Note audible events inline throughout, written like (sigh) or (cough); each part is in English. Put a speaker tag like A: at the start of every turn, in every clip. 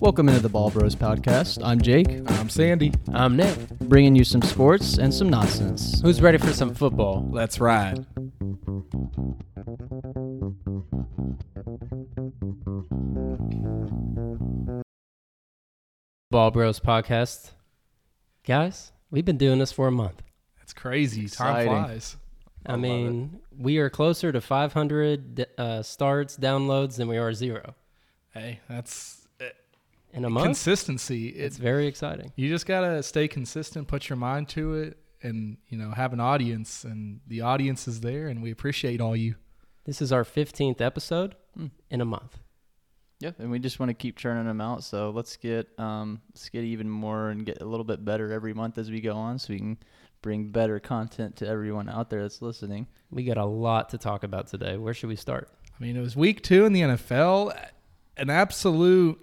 A: Welcome into the Ball Bros podcast. I'm Jake,
B: I'm Sandy.
C: I'm Um, Nick.
A: bringing you some sports and some nonsense.
C: Who's ready for some football?
B: Let's ride.
C: Ball Bros podcast. Guys, we've been doing this for a month.
B: That's crazy.
A: Exciting.
B: Time flies.
C: I, mean, we are closer to 500 d- uh, starts, downloads than we are zero
B: Hey, that's uh,
C: in a month.
B: consistency. It's
C: it's very exciting.
B: you just gotta stay consistent, put your mind to it, and you know have an audience, and the audience is there, and we appreciate all you.
C: This is our 15th episode in a month.
A: Yeah, and we just want to keep churning them out. So let's get um, let's get even more and get a little bit better every month as we go on, so we can bring better content to everyone out there that's listening.
C: We got a lot to talk about today. Where should we start?
B: I mean, it was week two in the NFL, an absolute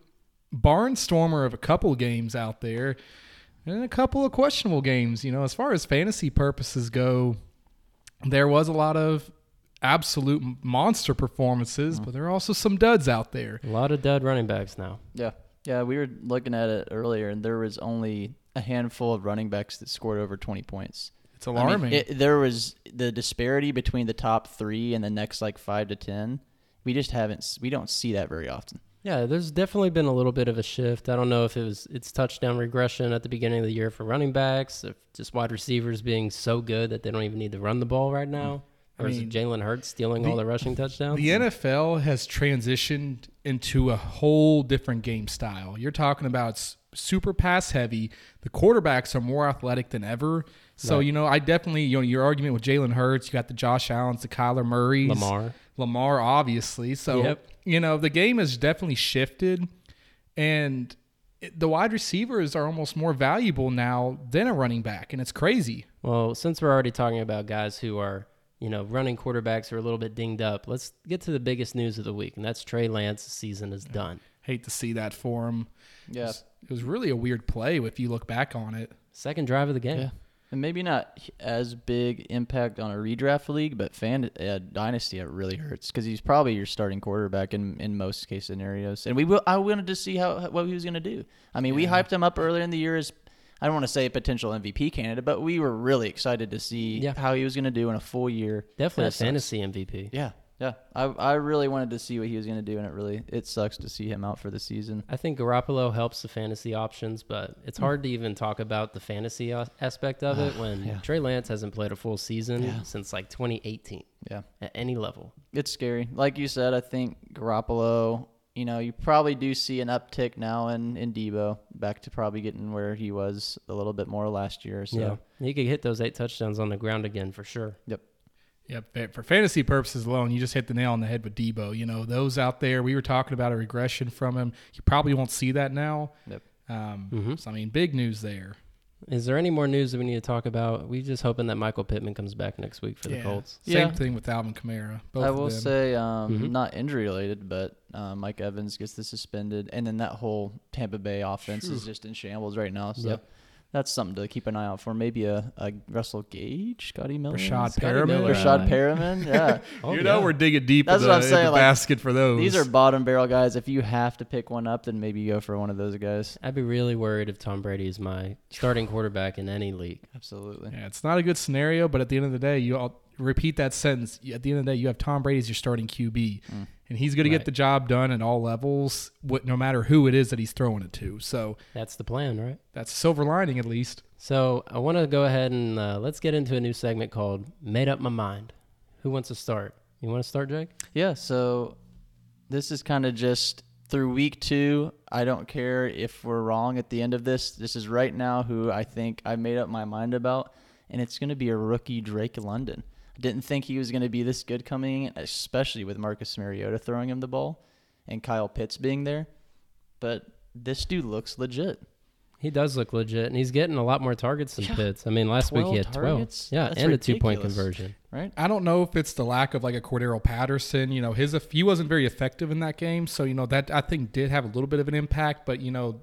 B: barnstormer of a couple games out there, and a couple of questionable games. You know, as far as fantasy purposes go, there was a lot of absolute monster performances,
A: Mm-hmm.
B: but there are also some duds out there.
C: A lot of dud running backs now.
A: Yeah, yeah, we were looking at it earlier, and there was only a handful of running backs that scored over 20 points.
B: It's alarming.
A: I mean, it, there was the disparity between the top three and the next like five to ten. We just haven't. s- We don't see that very often.
C: Yeah, there's definitely been a little bit of a shift. I don't know if it was it's touchdown regression at the beginning of the year for running backs, if just wide receivers being so good that they don't even need to run the ball right now, or is it
B: mean,
C: Jalen Hurts stealing all the rushing touchdowns?
B: The NFL has transitioned into a whole different game style. You're talking about s- super pass heavy. The quarterbacks are more athletic than ever. So you know, I definitely you know your argument with Jalen Hurts. You got the Josh Allen's, the Kyler Murray's,
C: Lamar.
B: Lamar, obviously. So
C: Yep.
B: you know the game has definitely shifted, and it, the wide receivers are almost more valuable now than a running back, and it's crazy.
C: Well, since we're already talking about guys who are, you know, running quarterbacks who are a little bit dinged up, let's get to the biggest news of the week, and that's Trey Lance's season is done.
B: Hate to see that for him.
A: Yeah,
B: It was really a weird play if you look back on it.
C: Second drive of the game.
A: Yeah. and maybe not h- as big impact on a redraft league, but fan uh, dynasty it really hurts because he's probably your starting quarterback in in most case scenarios. And we will. I wanted to see how what he was going to do. I mean, we hyped him up earlier in the year as. I don't want to say a potential MVP candidate, but we were really excited to see
C: Yeah.
A: how he was going to do in a full year.
C: Definitely
A: And
C: a
A: it sucks.
C: fantasy MVP.
A: Yeah, yeah. I I really wanted to see what he was going to do, and it really it sucks to see him out for the season.
C: I think Garoppolo helps the fantasy options, but it's hard to even talk about the fantasy a- aspect of it when Trey Lance hasn't played a full season since like 2018
A: Yeah,
C: at any level.
A: it's scary. Like you said, I think Garoppolo. You know, you probably do see an uptick now in in Debo back to probably getting where he was a little bit more last year. So
C: So he could hit those eight touchdowns on the ground again for sure.
A: yep,
B: Yep. fa- For fantasy purposes alone, you just hit the nail on the head with Debo. You know, those out there, we were talking about a regression from him. You probably won't see that now.
A: yep.
B: Um, So, I mean, big news there.
C: Is there any more news that we need to talk about? We're just hoping that Michael Pittman comes back next week for the Colts.
B: Same
A: Yeah.
B: thing with Alvin Kamara. Both
A: I
B: of
A: will
B: them. Mm-hmm.
A: say, um, not injury related, but uh, Mike Evans gets the suspended, and then that whole Tampa Bay offense is just in shambles right now. So
C: Yep.
A: that's something to keep an ye out for. Maybe a, a Russell Gage, Scotty Miller,
B: Rashad
C: Scotty
B: Perriman.
C: Miller.
A: Rashad
B: (laughs)
A: Perriman. Yeah,
C: Oh,
B: you know,
C: yeah.
B: we're digging deep in
A: That's
B: the,
A: what I'm
B: in
A: saying,
B: the
A: like,
B: basket for those.
A: these are bottom barrel guys. If you have to pick one up, then maybe you go for one of those guys.
C: I'd be really worried if Tom Brady is my starting quarterback in any league.
A: Absolutely.
B: Yeah, it's not a good scenario, but at the end of the day, you all repeat that sentence. You- At the end of the day, you have Tom Brady as your starting QB,
A: Mm.
B: and he's going to
C: Right.
B: get the job done at all levels, what, no matter who it is that he's throwing it to. So,
C: That's the plan, right?
B: that's a silver lining, at least.
C: So I want to go ahead and uh, let's get into a new segment called "Made Up My Mind." Who wants to start? You want to start, Jake?
A: Yeah, so this is kind of just through week two. I don't care if we're wrong at the end of this. This is right now who I think I made up my mind about, and it's going to be a rookie Drake London. I didn't think he was going to be this good coming, in, especially with Marcus Mariota throwing him the ball and Kyle Pitts being there. But this dude looks legit.
C: He does look legit, and he's getting a lot more targets than Pitts. I mean, last week he
A: 12
C: had twelve.
A: targets?
C: Yeah,
A: That's
C: and a two-point
A: ridiculous.
C: conversion.
A: Right?
B: I don't know if it's the lack of like a Cordero Patterson. You know, his he wasn't very effective in that game, so you know that I think did have a little bit of an impact. But you know,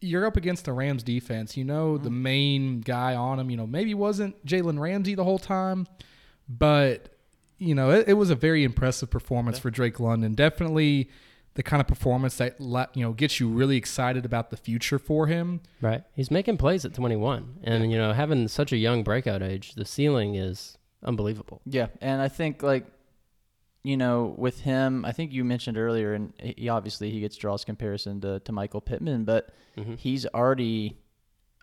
B: you're up against the Rams defense. You know, the main guy on him. You know, maybe wasn't Jalen Ramsey the whole time, but you know, it, it was a very impressive performance for Drake London. Definitely the kind of performance that la- you know gets you really excited about the future for him.
C: Right. He's making plays at 21. And, you know, having such a young breakout age, the ceiling is unbelievable.
A: Yeah, and I think like you know with him, I think you mentioned earlier, and he obviously he gets draws comparison to to Michael Pittman, but Mm-hmm. he's already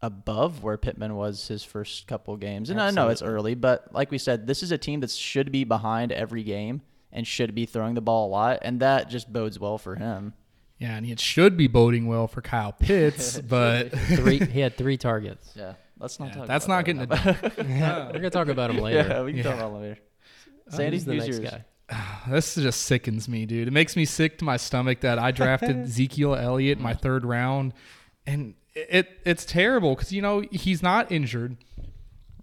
A: above where Pittman was his first couple games. And I know it's early, but like we said, this is a team that should be behind every game and should be throwing the ball a lot, and that just bodes well for him.
B: Yeah, and it should be boding well for Kyle Pitts, but
C: Three. he had three
A: (laughs)
C: targets.
A: Yeah, let's not talk.
B: that's
A: about
B: not
A: that
B: getting
A: right
B: a
C: We're going to talk about him
A: now.
C: later.
A: (laughs) Yeah, we can talk about it later.
C: Oh,
A: Sandy,
C: Who's the
A: who's
C: next
A: yours?
C: guy?
B: (laughs) This just sickens me, dude. It makes me sick to my stomach that I drafted Ezekiel Elliott in my third round, and it it's terrible because you know he's not injured.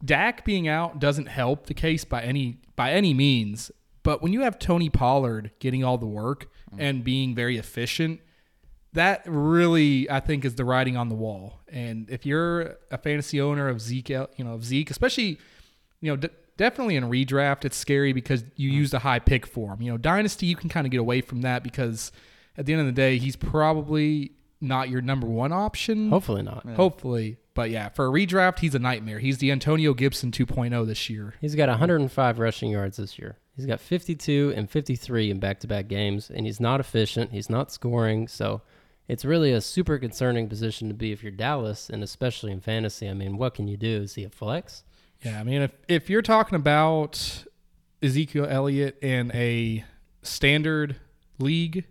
B: Dak being out doesn't help the case by any by any means. But when you have Tony Pollard getting all the work and being very efficient, that really I think is the writing on the wall. And if you're a fantasy owner of Zeke, you know of Zeke, especially, you know, d- definitely in redraft, it's scary because you used a high pick for him. You know, dynasty you can kind of get away from that because at the end of the day, he's probably not your number one option.
C: Hopefully not.
B: Hopefully. But yeah, for a redraft, he's a nightmare. He's the Antonio Gibson 2.0 this year.
C: He's got 105 rushing yards this year. He's got 52 and 53 in back to back games, and he's not efficient. He's not scoring. So it's really a super concerning position to be if you're Dallas, and especially in fantasy. I mean, what can you do? Is he a flex?
B: Yeah, I mean, if, if you're talking about Ezekiel Elliott in a standard league,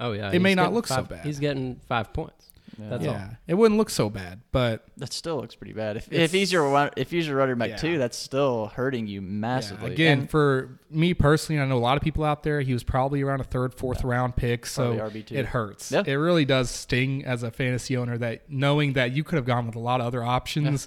C: Oh, yeah.
B: It may
C: he's
B: not
C: getting
B: look so
C: five-
B: bad.
C: He's getting five points. That's all.
B: yeah, it wouldn't look so bad. But
A: That still looks pretty bad. If, if he's your run- if he's your running back
B: Yeah.
A: two, that's still hurting you massively.
B: again,
A: And-
B: for me personally, I know a lot of people out there, he was probably around a third, fourth round pick. So
A: Probably RB2.
B: it hurts.
A: Yeah.
B: It really does sting as a fantasy owner that knowing that you could have gone with a lot of other options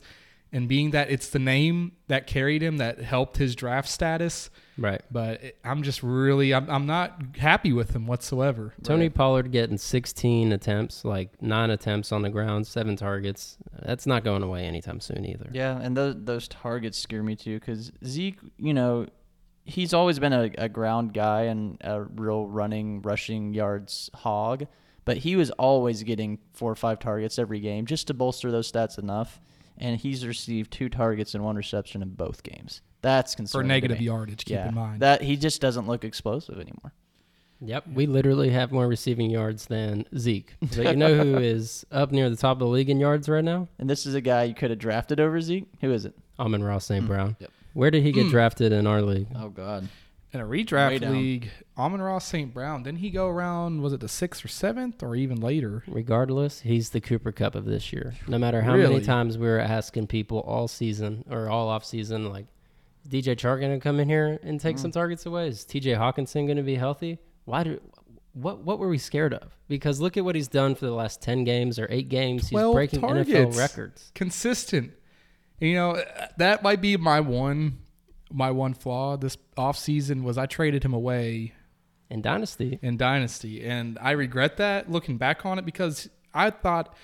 B: and being that it's the name that carried him that helped his draft status.
C: Right.
B: But it, I'm just really, I'm, I'm not happy with him whatsoever.
C: Tony Pollard getting 16 attempts, like nine attempts on the ground, seven targets. That's not going away anytime soon either.
A: Yeah, and those those targets scare me too because Zeke, you know, he's always been a, a ground guy and a real running, rushing yards hog, but he was always getting four or five targets every game just to bolster those stats enough. And he's received two targets and one reception in both games. That's
B: For
A: concerning. to
B: negative
A: me.
B: yardage, keep
A: yeah,
B: in mind.
A: that he just doesn't look explosive anymore.
C: Yep, we literally have more receiving yards than Zeke. But you know
B: (laughs)
C: who is up near the top of the league in yards right now?
A: And this is a guy you could have drafted over Zeke. Who is it?
C: Amon Ross
B: Hmm.
C: St. Brown. Where did he get drafted in our league?
A: Oh God,
B: In a
A: Way
B: redraft
A: down.
B: league, Amon Ross St. Brown, didn't he go around, was it the sixth or seventh or even later?
C: Regardless, he's the Cooper Cup of this year. No matter how
B: Really?
C: many times we were asking people all season or all off season, like, is DJ Chark going to come in here and take
B: Hmm.
C: some targets away? Is TJ Hawkinson going to be healthy? Why do. What what were we scared of? Because look at what he's done for the last ten games or eight games. He's
B: 12
C: breaking
B: targets.
C: NFL records.
B: consistent. You know, that might be my one my one flaw this offseason was I traded him away
C: In Dynasty,
B: in Dynasty and I regret that looking back on it because I thought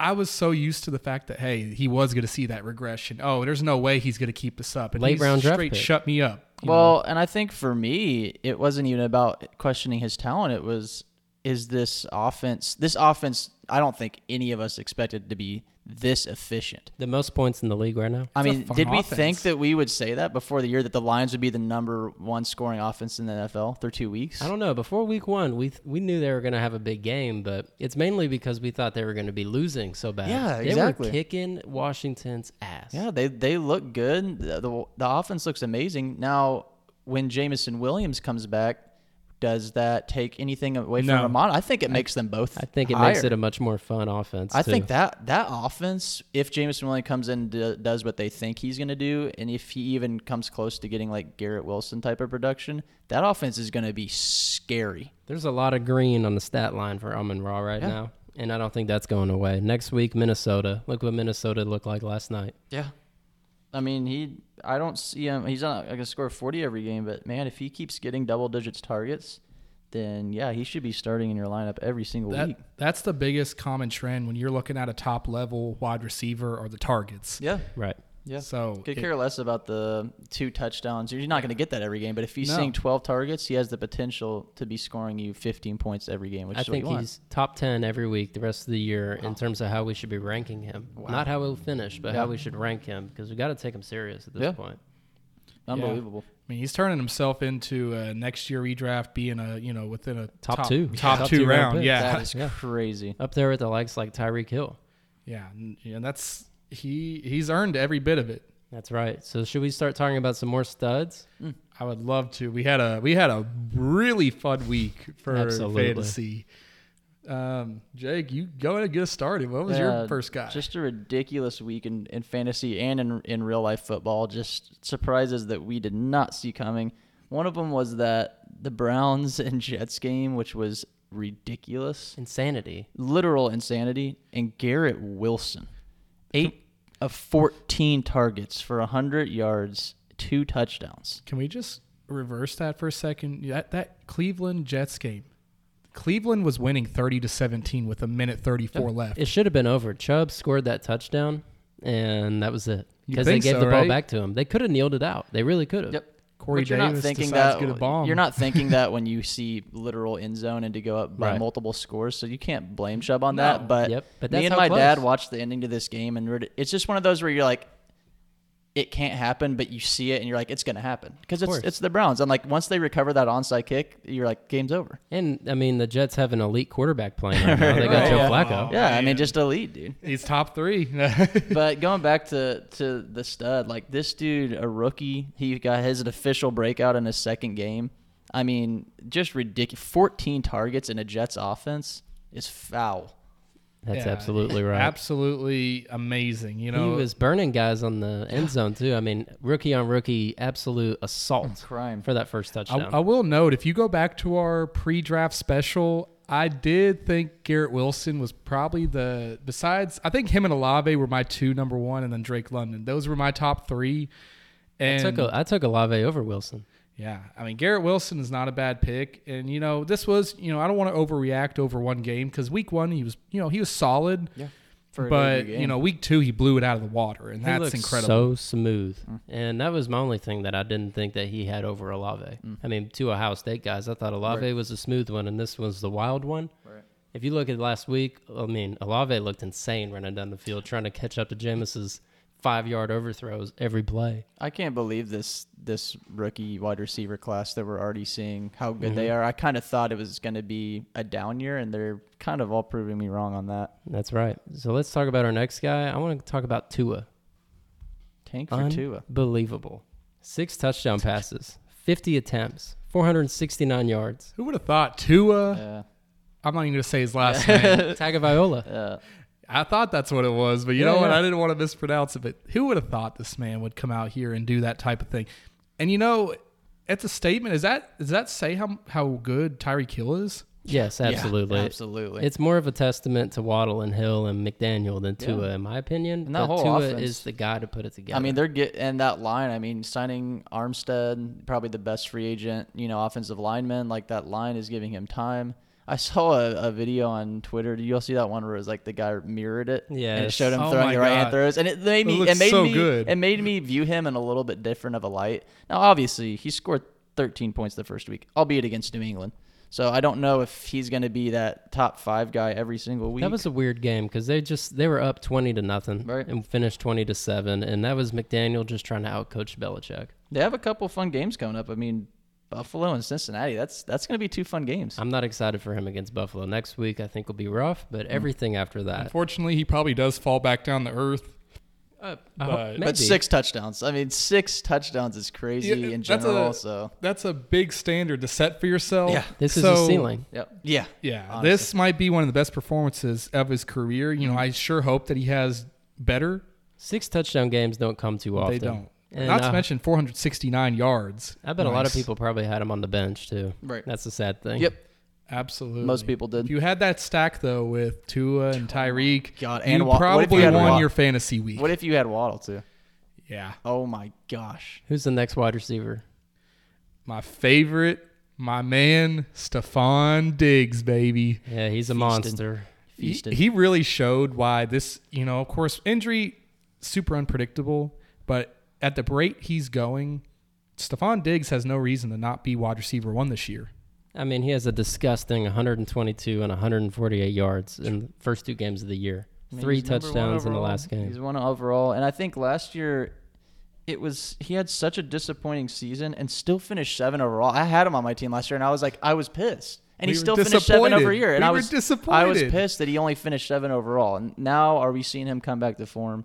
B: I was so used to the fact that hey, he was going to see that regression. Oh, there's no way he's going to keep this up. And
C: Late
B: he's
C: round draft
B: straight
C: pick.
B: shut me up. you know?
A: Well, and I think for me, it wasn't even about questioning his talent. It was, is this offense, this offense, I don't think any of us expected to be this efficient.
C: the most points in the league right now.
A: I
B: It's a
A: mean,
B: fun
A: did we think
B: offense.
A: that we would say that before the year that the Lions would be the number one scoring offense in the NFL through two weeks?
C: I don't know. Before week one, we th- we knew they were going to have a big game, but it's mainly because we thought they were going to be losing so bad.
A: Yeah,
C: they
A: exactly.
C: were kicking Washington's ass.
A: Yeah, they they look good. The, the, the offense looks amazing. Now, when Jamison Williams comes back, does that take anything away from
B: No.
A: Ramon? I think it makes them both.
C: I think it makes
A: higher.
C: it a much more fun offense.
A: I
C: too.
A: think that that offense, if Jameson Williams comes in and d- does what they think he's going to do, and if he even comes close to getting like Garrett Wilson type of production, that offense is going to be scary.
C: there's a lot of green on the stat line for Amon Ra right now, and I don't think that's going away. Next week, Minnesota. Look what Minnesota looked like last night.
A: Yeah, I mean he, I don't see him. He's not going to score forty every game, but man, if he keeps getting double digits targets, then yeah, he should be starting in your lineup every single week.
B: that, that's the biggest common trend when you're looking at a top level wide receiver or the targets.
A: Yeah,
C: Right.
A: Yeah.
B: So
A: Could
B: it-
A: care less about the two touchdowns. You're not going to get that every game, but if he's
B: No.
A: seeing 12 targets, he has the potential to be scoring you 15 points every game, which
C: I
A: is what
C: think
A: you want.
C: he's top 10 every week the rest of the year in terms of how we should be ranking him. Not how he'll finish, but how
A: Yeah.
C: we should rank him because we got to take him serious at this
A: Yeah.
C: point.
A: Unbelievable.
B: I mean, he's turning himself into uh, next year redraft being a you know within a
C: Top two.
B: top,
C: Top
B: two,
C: two round
B: round. (laughs)
C: pick.
B: Yeah,
A: That is
C: Yeah.
A: crazy.
C: Up there with the likes like Tyreek Hill.
B: (laughs) yeah, and and that's he he's earned every bit of it.
C: That's right. So should we start talking about some more studs?
B: I would love to. We had a we had a really fun week for
C: Absolutely.
B: fantasy. Um, Jake, you go ahead and get us started. What was
A: Yeah,
B: your first guy?
A: Uh, Just a ridiculous week in, in fantasy and in, in real life football. Just surprises that we did not see coming. One of them was that the Browns and Jets game, which was ridiculous,
C: Insanity.
A: literal insanity, and Garrett Wilson, eight of 14 targets for 100 yards, two touchdowns.
B: Can we just reverse that for a second? That that Cleveland Jets game. Cleveland was winning 30 to 17 with a minute 34 left.
C: It should have been over. Chubb scored that touchdown, and that was it.
B: You
C: Because they
B: think
C: gave
B: so,
C: the ball
B: right?
C: back to him. They could have kneeled it out. They really could have.
B: Corey
A: But you're
B: Davis
A: not thinking
B: decides
A: that
B: to get a bomb.
A: you're not
B: (laughs)
A: thinking that when you see literal end zone and to go up by
C: Right.
A: multiple scores, so you can't blame Chubb on
B: No.
A: that. But,
C: Yep, but that's
A: me and
C: how
A: my dad
C: close.
A: watched the ending to this game, and we're- it's just one of those where you're like, it can't happen, but you see it and you're like, it's gonna happen because it's
C: course.
A: it's the Browns. And like once they recover that onside kick, you're like, game's over.
C: And I mean, the Jets have an elite quarterback playing
B: (laughs)
C: right now. They got
A: Right.
C: Joe
B: Oh, Yeah.
C: Flacco.
A: yeah, I mean, just a lead, dude.
B: He's top (laughs) 3.
A: but going back to to the stud, like this dude, a rookie, he got his official breakout in his second game. I mean, just ridiculous. Fourteen targets in a Jets offense is foul.
C: That's
B: Yeah,
C: absolutely right.
B: Absolutely amazing. You know,
C: he was burning guys on the end zone too. I mean, rookie on rookie, absolute assault
A: Crime.
C: for that first touchdown.
B: I, I will note if you go back to our pre-draft special, I did think Garrett Wilson was probably the besides. I think him and Olave were my two number one, and then Drake London. Those were my top three.
C: I
B: And
C: took a, I took Olave over Wilson.
B: yeah, I mean Garrett Wilson is not a bad pick, and you know this was you know I don't want to overreact over one game because week one he was you know he was solid.
A: Yeah. a
B: but
A: debut game.
B: you know, week two he blew it out of the water, and
C: he
B: that's
C: looks
B: incredible.
C: So smooth,
A: Mm-hmm.
C: and that was my only thing that I didn't think that he had over Olave.
A: Mm.
C: I mean, two Ohio State guys, I thought Olave was the smooth one, and this was the wild one.
A: Right.
C: If you look at last week, I mean, Olave looked insane running down the field trying to catch up to Jameis's five yard overthrows every play.
A: I can't believe this this rookie wide receiver class that we're already seeing how good they are. I kind of thought it was going to be a down year, and they're kind of all proving me wrong on that.
C: That's right. So let's talk about our next guy. I want to talk about Tua.
A: Tank for Tua.
C: Unbelievable. Six touchdown passes, 50 attempts, 469
A: (laughs)
C: yards.
B: Who would have thought Tua?
A: Yeah.
B: I'm not even going to say his
C: (laughs)
B: last name.
C: Tagovailoa.
A: Yeah.
B: I thought that's what it was, but you
C: Yeah,
B: know what?
C: yeah.
B: I didn't want to mispronounce it. But who would have thought this man would come out here and do that type of thing? And you know, it's a statement. Is that does that say how how good Tyreek Hill is?
C: Yes, absolutely.
A: absolutely.
C: It's more of a testament to Waddle and Hill and McDaniel than Tua, in my opinion.
A: And that
C: but
A: whole
C: Tua
A: offense.
C: is the guy to put it together.
A: I mean, they're get and that line. I mean, signing Armstead, probably the best free agent, you know, offensive lineman. Like that line is giving him time. I saw a, a video on Twitter. Did you all see that one where it was like the guy mirrored it? and it
C: Yes.
A: showed him
B: Oh
A: throwing
B: my
A: the right
B: God.
A: hand throws, and it made
B: It
A: me. It,
B: looks
A: made
B: so
A: me.
B: good.
A: It made me view him in a little bit different of a light. Now, obviously, he scored 13 points the first week, albeit against New England. So I don't know if he's going to be that top five guy every single week.
C: that was a weird game because they just they were up 20 to nothing
A: Right.
C: and finished 20 to 7 and that was McDaniel just trying to outcoach Belichick.
A: They have a couple fun games coming up. I mean, Buffalo and Cincinnati. That's that's going to be two fun games.
C: I'm not excited for him against Buffalo. Next week I think will be rough,
A: Mm.
C: but everything after
A: Uh,
C: that.
B: Unfortunately, he probably does fall back down to earth.
C: Uh,
B: But-
C: maybe.
A: But six touchdowns. I mean, six touchdowns is crazy
B: Yeah,
A: in
B: that's
A: general.
B: a-
A: so,
B: That's a big standard to set for yourself.
A: Yeah.
C: This is
B: So-
C: a ceiling.
A: yep. yeah,
B: Yeah,
A: Honestly.
B: this might be one of the best performances of his career. You
C: Mm-hmm.
B: know, I sure hope that he has better.
C: Six touchdown games don't come too often.
B: They don't.
C: And,
B: Not
C: uh,
B: to mention 469 yards.
C: I bet a lot
B: Nice.
C: of people probably had him on the bench too.
A: Right.
C: That's the sad thing.
A: yep.
B: Absolutely.
A: Most people did.
B: If you had that stack though with Tua and Tyreek,
A: God,
B: you
A: and Wa- what if
B: probably
A: you had
B: won
A: Wa-
B: your fantasy week.
A: What if you had Waddle too?
B: yeah,
A: Oh my gosh.
C: Who's the next wide receiver?
B: my favorite, my man Stephon Diggs, baby.
C: Yeah, he's a
A: Feasted.
C: monster.
B: He,
A: Feasted.
B: he really showed why this. You know, of course, injury super unpredictable, But at the rate he's going, Stephon Diggs has no reason to not be wide receiver one this year.
C: I mean, he has a disgusting 122 and 148 yards in the first two games of the year.
A: I mean,
C: Three
A: he's number one
C: touchdowns in the
A: overall.
C: last game.
A: He's one overall, and I think last year it was he had such a disappointing season and still finished seven overall. I had him on my team last year, and I was like, I was pissed, and
B: We
A: he
B: were
A: still finished seven over
B: disappointed.
A: year, and
B: We
A: I
B: were
A: was I was
B: disappointed.
A: pissed that he only finished seven overall. And now are we seeing him come back to form?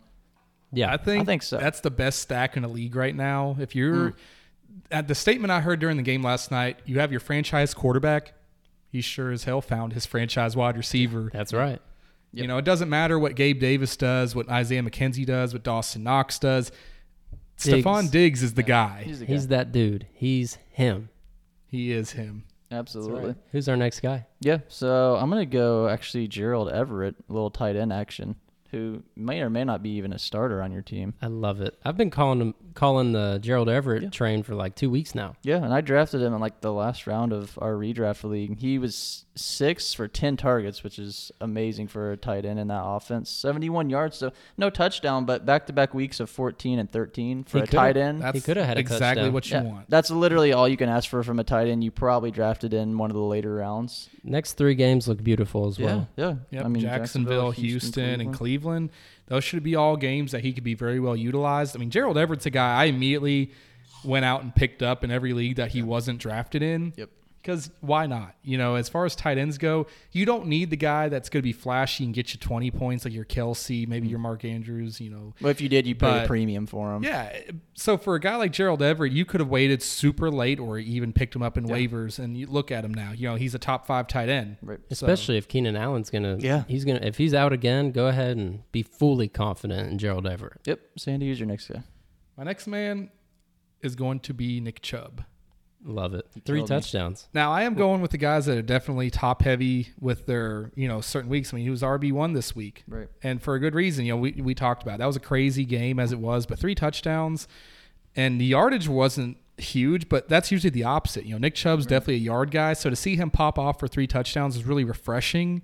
C: Yeah.
B: I think,
A: think so.
B: That's the best stack in the league right now. If you're at the statement I heard during the game last night, you have your franchise quarterback. He sure as hell found his franchise wide receiver.
C: That's right.
B: You know, it doesn't matter what Gabe Davis does, what Isaiah McKenzie does, what Dawson Knox does.
C: Diggs.
B: Stephon Diggs is the guy.
A: He's the guy.
C: He's that dude. He's him.
B: He is him.
A: Absolutely.
C: Who's our next guy?
A: Yeah. So I'm gonna go actually Gerald Everett, little tight end action, who may or may not be even a starter on your team.
C: I love it. I've been calling him calling the Gerald Everett train for like two weeks now.
A: Yeah, and I drafted him in like the last round of our redraft league. He was six for ten targets, which is amazing for a tight end in that offense. Seventy-one yards, so no touchdown, but back-to-back weeks of fourteen and thirteen for
C: He
A: a
C: could've-
A: tight end.
B: That's
C: could have had a
B: exactly
C: touchdown.
B: what you
A: Yeah,
B: want.
A: That's literally all you can ask for from a tight end. You probably drafted in one of the later rounds.
C: Next three games look beautiful as well.
A: yeah, yeah.
B: Yep, Jacksonville, Houston, and
A: Cleveland.
B: Cleveland. Those should be all games that he could be very well utilized. I mean, Gerald Everett's a guy I immediately went out and picked up in every league that he wasn't drafted in.
A: Yep.
B: Because why not? You know, as far as tight ends go, you don't need the guy that's going to be flashy and get you 20 points like your Kelsey, maybe
A: Mm-hmm.
B: your Mark Andrews, you know,
A: Well, if you did, you paid
B: But-
A: a premium for him.
B: yeah. So for a guy like Gerald Everett, you could have waited super late or even picked him up in waivers and you look at him now. You know, he's a top five tight end.
A: Right.
B: So-
C: Especially if Keenan Allen's gonna
A: Yeah.
C: he's gonna if he's out again, go ahead and be fully confident in Gerald Everett.
A: Yep. Sandy, who's your next guy?
B: My next man is going to be Nick Chubb.
C: Love it. Three
A: killed me.
C: touchdowns.
B: Now I am going with the guys that are definitely top heavy with their you know certain weeks. I mean, he was RB one this week,
A: Right.
B: and for a good reason. You know, we we talked about it. that was a crazy game as it was, but three touchdowns, and the yardage wasn't huge, but that's usually the opposite. You know, Nick Chubb's definitely a yard guy, so to see him pop off for three touchdowns is really refreshing.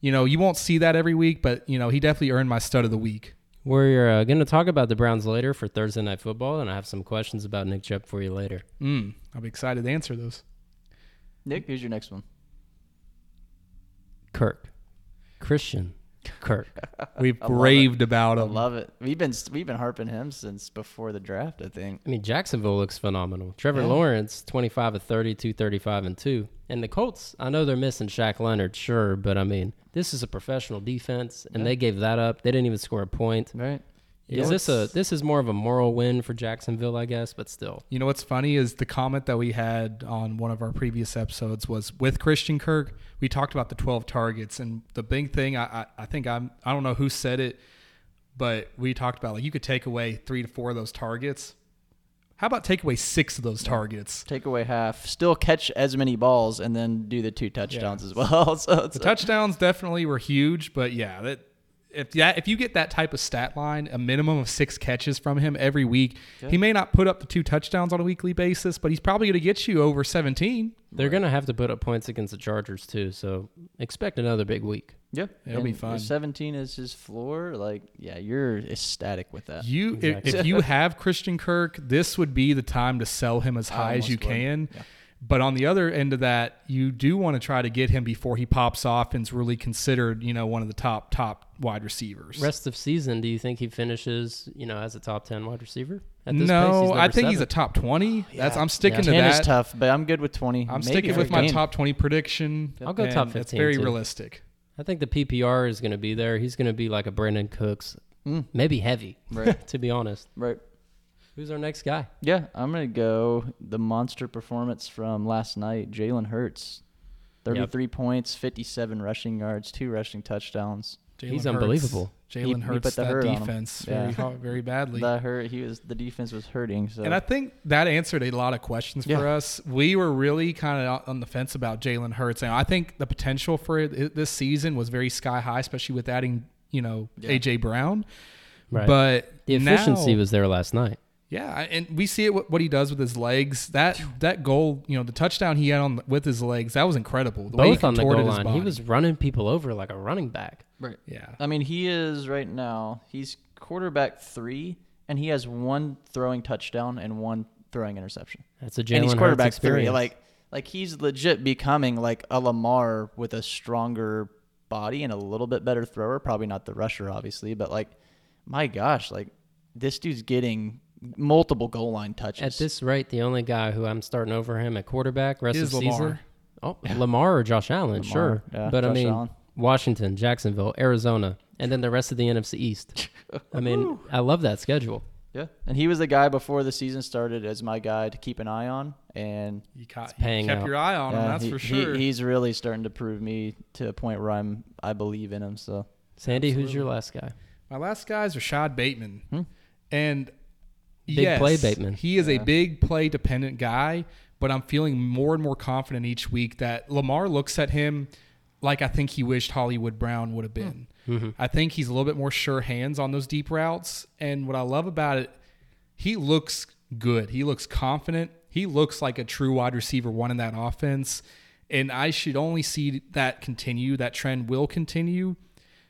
B: You know, you won't see that every week, but you know he definitely earned my stud of the week.
C: We're uh, going to talk about the Browns later for Thursday Night Football, and I have some questions about Nick Chubb for you later.
B: Mm, I'll be excited to answer those.
A: Nick, who's your next one?
B: Mm-hmm.
C: Kirk. Christian Kirk.
B: We've
A: love it.
B: raved about
A: I
B: him.
A: love it. We've been we've been harping him since before the draft. I think.
C: I mean, Jacksonville looks phenomenal. Trevor
A: Yeah.
C: Lawrence, 25 of 30, 235 and 2. And the Colts, I know they're missing Shaq Leonard, sure, but I mean, this is a professional defense, and they gave that up. They didn't even score a point.
A: Right.
C: Is this a
B: Let's-
C: this is more of a moral win for Jacksonville, I guess, but still.
B: You know what's funny is the comment that we had on one of our previous episodes was with Christian Kirk. We talked about the 12 targets, and the big thing I, I, I think I'm I don't know who said it, but we talked about like you could take away three to four of those targets. How about take away six of those targets?
A: Take away half, still catch as many balls, and then do the two touchdowns as well. (laughs) so it's
B: The touchdowns definitely were huge, but yeah, that if that if you get that type of stat line, a minimum of six catches from him every week, he may not put up the two touchdowns on a weekly basis, but he's probably going to get you over 17.
C: They're going to have to put up points against the Chargers, too, so expect another big week.
A: yeah,
B: It'll be
A: And if
B: fun.
A: Seventeen is his floor. Like, yeah, you're ecstatic with that.
B: You, if- if, you have Christian Kirk, this would be the time to sell him as high as you
A: almost
B: can.
A: would.
B: But on the other end of that, you do want to try to get him before he pops off and's really considered, you know, one of the top top wide receivers.
C: Rest of season, do you think he finishes, you know, as a top 10 wide receiver? At
B: no, I
C: number
B: think he's a
C: seven.
B: top twenty. That's I'm sticking
A: Ten
B: to
A: is
B: that.
A: tough, but I'm good with twenty.
B: I'm
A: Maybe
B: sticking with my
A: 15.
B: top twenty prediction.
C: I'll go
B: and
C: top
B: That's
C: 15
B: very
C: too.
B: realistic.
C: I think the PPR is going to be there. He's going to be like a Brandon Cooks, maybe heavy,
A: (laughs) Right.
C: to be honest.
A: Right.
C: Who's our next guy?
A: Yeah, I'm gonna go the monster performance from last night. Jalen Hurts, 33 points, 57 rushing yards, two rushing touchdowns.
C: He's
B: Jalen Hurts-
C: unbelievable.
A: He-
B: Jalen
A: he
B: Hurts
A: put the
B: that
A: hurt on him.
B: defense
A: Yeah.
B: very hard, very badly.
A: That hurt. He was the defense was hurting. So
B: And I think that answered a lot of questions for
A: Yeah.
B: us. We were really kind of on the fence about Jalen Hurts, and I think the potential for it this season was very sky high, especially with adding you know AJ Brown.
C: Right.
B: But
C: the efficiency
B: now-
C: was there last night.
B: yeah, and we see it what, what he does with his legs. That that goal, you know, the touchdown he had on with his legs, that was incredible. The way he
C: Both on the
B: contorted
C: goal
B: his
C: line. He
B: body.
C: was running people over like a running back.
A: right.
B: yeah.
A: I mean, he is right now. He's quarterback three and he has one throwing touchdown and one throwing interception.
C: That's a
A: and he's
C: Jalen Hurts
A: quarterback
C: experience.
A: three. Like like he's legit becoming like a Lamar with a stronger body and a little bit better thrower. Probably not the rusher, obviously, but like my gosh, like this dude's getting multiple goal line touches.
C: at this rate, the only guy who I'm starting over him at quarterback rest
B: Is
C: of
B: Lamar.
C: season. Oh, Lamar or Josh Allen, sure.
A: yeah,
C: but I
A: Josh
C: mean,
A: Allen.
C: Washington, Jacksonville, Arizona, and then the rest of the NFC East. I mean, I love that schedule.
A: yeah. And he was the guy before the season started as my guy to keep an eye on and
B: You, caught,
C: paying
B: you kept
C: out.
B: your eye on him,
A: yeah,
B: that's
A: he-
B: for
A: he-
B: sure.
A: he's really starting to prove me to a point where I'm I believe in him, so
C: Sandy, who's your last guy?
B: My last guy's Rashad Bateman. And
C: Hmm. Big
B: yes,
C: play Bateman.
B: He is a big play dependent guy, but I'm feeling more and more confident each week that Lamar looks at him like I think he wished Hollywood Brown would have been.
C: Hmm. Mm-hmm.
B: I think he's a little bit more sure hands on those deep routes. And what I love about it, he looks good. He looks confident. He looks like a true wide receiver one in that offense. And I should only see that continue. That trend will continue.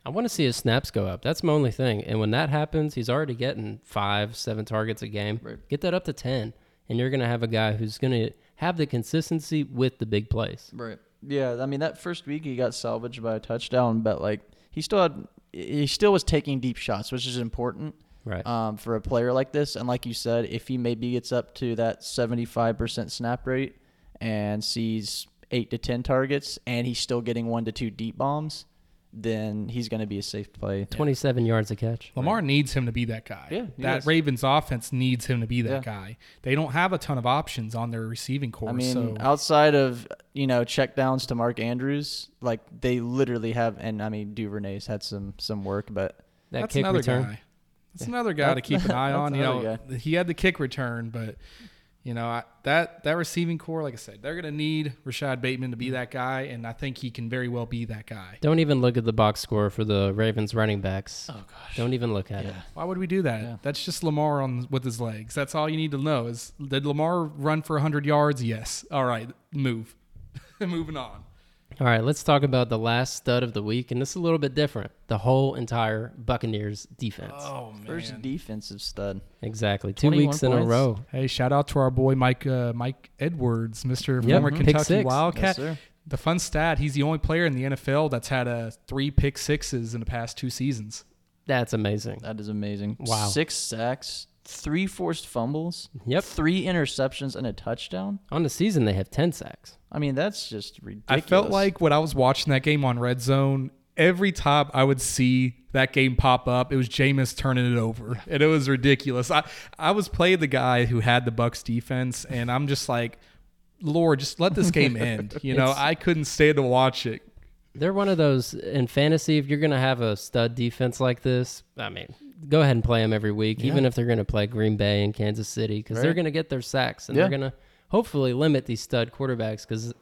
C: I want to see his snaps go up. That's my only thing. And when that happens, he's already getting five, seven targets a game. Get that up to 10, and you're going to have a guy who's going to have the consistency with the big plays.
A: Right. Yeah, I mean that first week he got salvaged by a touchdown, but like he still had he still was taking deep shots, which is important
C: Right.
A: um, for a player like this. And like you said, if he maybe gets up to that seventy five percent snap rate and sees eight to ten targets, and he's still getting one to two deep bombs, then he's going to be a safe play.
C: 27 yards a catch.
B: Lamar needs him to be that guy.
A: Yeah, he
B: that
A: does.
B: Ravens offense needs him to be that
A: Yeah.
B: guy. They don't have a ton of options on their receiving core.
A: I mean, uh,
B: so
A: outside of you know checkdowns to Mark Andrews, like they literally have, and I mean Duvernay's had some some work, but
C: That
B: that's
C: kick
B: another
C: return.
B: guy. That's another guy to keep an eye
A: (laughs) that's
B: on. You know,
A: another
B: he had the kick return, but you know I, that that receiving core, like I said, they're going to need Rashad Bateman to be that guy, and I think he can very well be that guy.
C: Don't even look at the box score for the Ravens running backs. Oh, gosh. Don't even look at it.
B: Why would we do that? That's just Lamar on with his legs. That's all you need to know is did Lamar run for 100 yards? Yes. All right, move. (laughs) Moving on.
C: All right, let's talk about the last stud of the week, and this is a little bit different. The whole entire Buccaneers defense.
B: Oh man.
A: first defensive stud.
C: exactly. Two
A: 21
C: weeks in a
A: points.
C: row.
B: Hey, shout out to our boy Mike uh, Mike Edwards, Mister former
C: Mhm. Pick
B: Kentucky
C: six.
A: Yes,
B: Wildcat.
A: sir.
B: the fun stat: he's the only player in the NFL that's had uh, three pick sixes in the past two seasons.
C: That's amazing.
A: That is amazing.
C: Wow.
A: Six sacks, three forced fumbles,
C: Yep.
A: three interceptions and a touchdown.
C: On the season, they have 10 sacks.
A: I mean, that's just ridiculous.
B: I felt like when I was watching that game on Red Zone, every time I would see that game pop up, it was Jameis turning it over, and it was ridiculous. I I was playing the guy who had the Bucks defense, and I'm just like, Lord, just let this
A: (laughs)
B: game end. You know, I couldn't stand to watch it.
C: They're one of those in fantasy. If you're going to have a stud defense like this, I mean, go ahead and play them every week, even if they're going to play Green Bay and Kansas City, because they're
A: Right.
C: going to get their sacks and
A: Yeah.
C: they're going to hopefully limit these stud quarterbacks. Because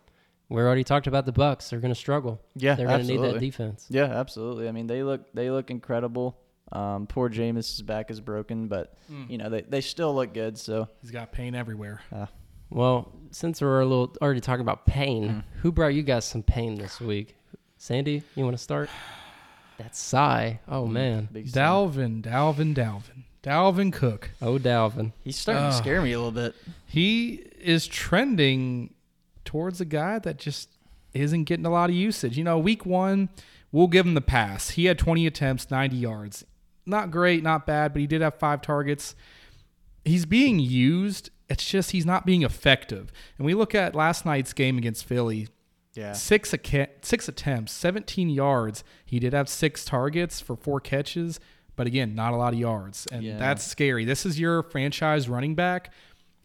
C: we already talked about the Bucks; they're going to struggle.
A: Yeah,
C: they're going to need that
A: absolutely.
C: defense.
A: Yeah, absolutely. I mean, they look they look incredible. Um, poor Jameis's back is broken, but you know they, they still look good. So
B: He's got pain everywhere.
C: Well, since we're a little already talking about pain,
A: Mm-hmm.
C: who brought you guys some pain this week? Sandy, you want to start? That sigh. Oh
A: Mm-hmm.
C: man,
A: big stuff.
B: Dalvin, Dalvin, Dalvin, Dalvin Cook.
C: oh Dalvin.
A: He's starting
C: uh,
A: to scare me a little bit.
B: He is trending towards a guy that just isn't getting a lot of usage. You know, week one, we'll give him the pass. He had 20 attempts, 90 yards. Not great, not bad, but he did have five targets. He's being used. It's just he's not being effective. And we look at last night's game against Philly
A: Yeah.
B: six aca- six attempts, 17 yards. He did have six targets for four catches, but again, not a lot of yards, and
A: Yeah.
B: that's scary. This is your franchise running back.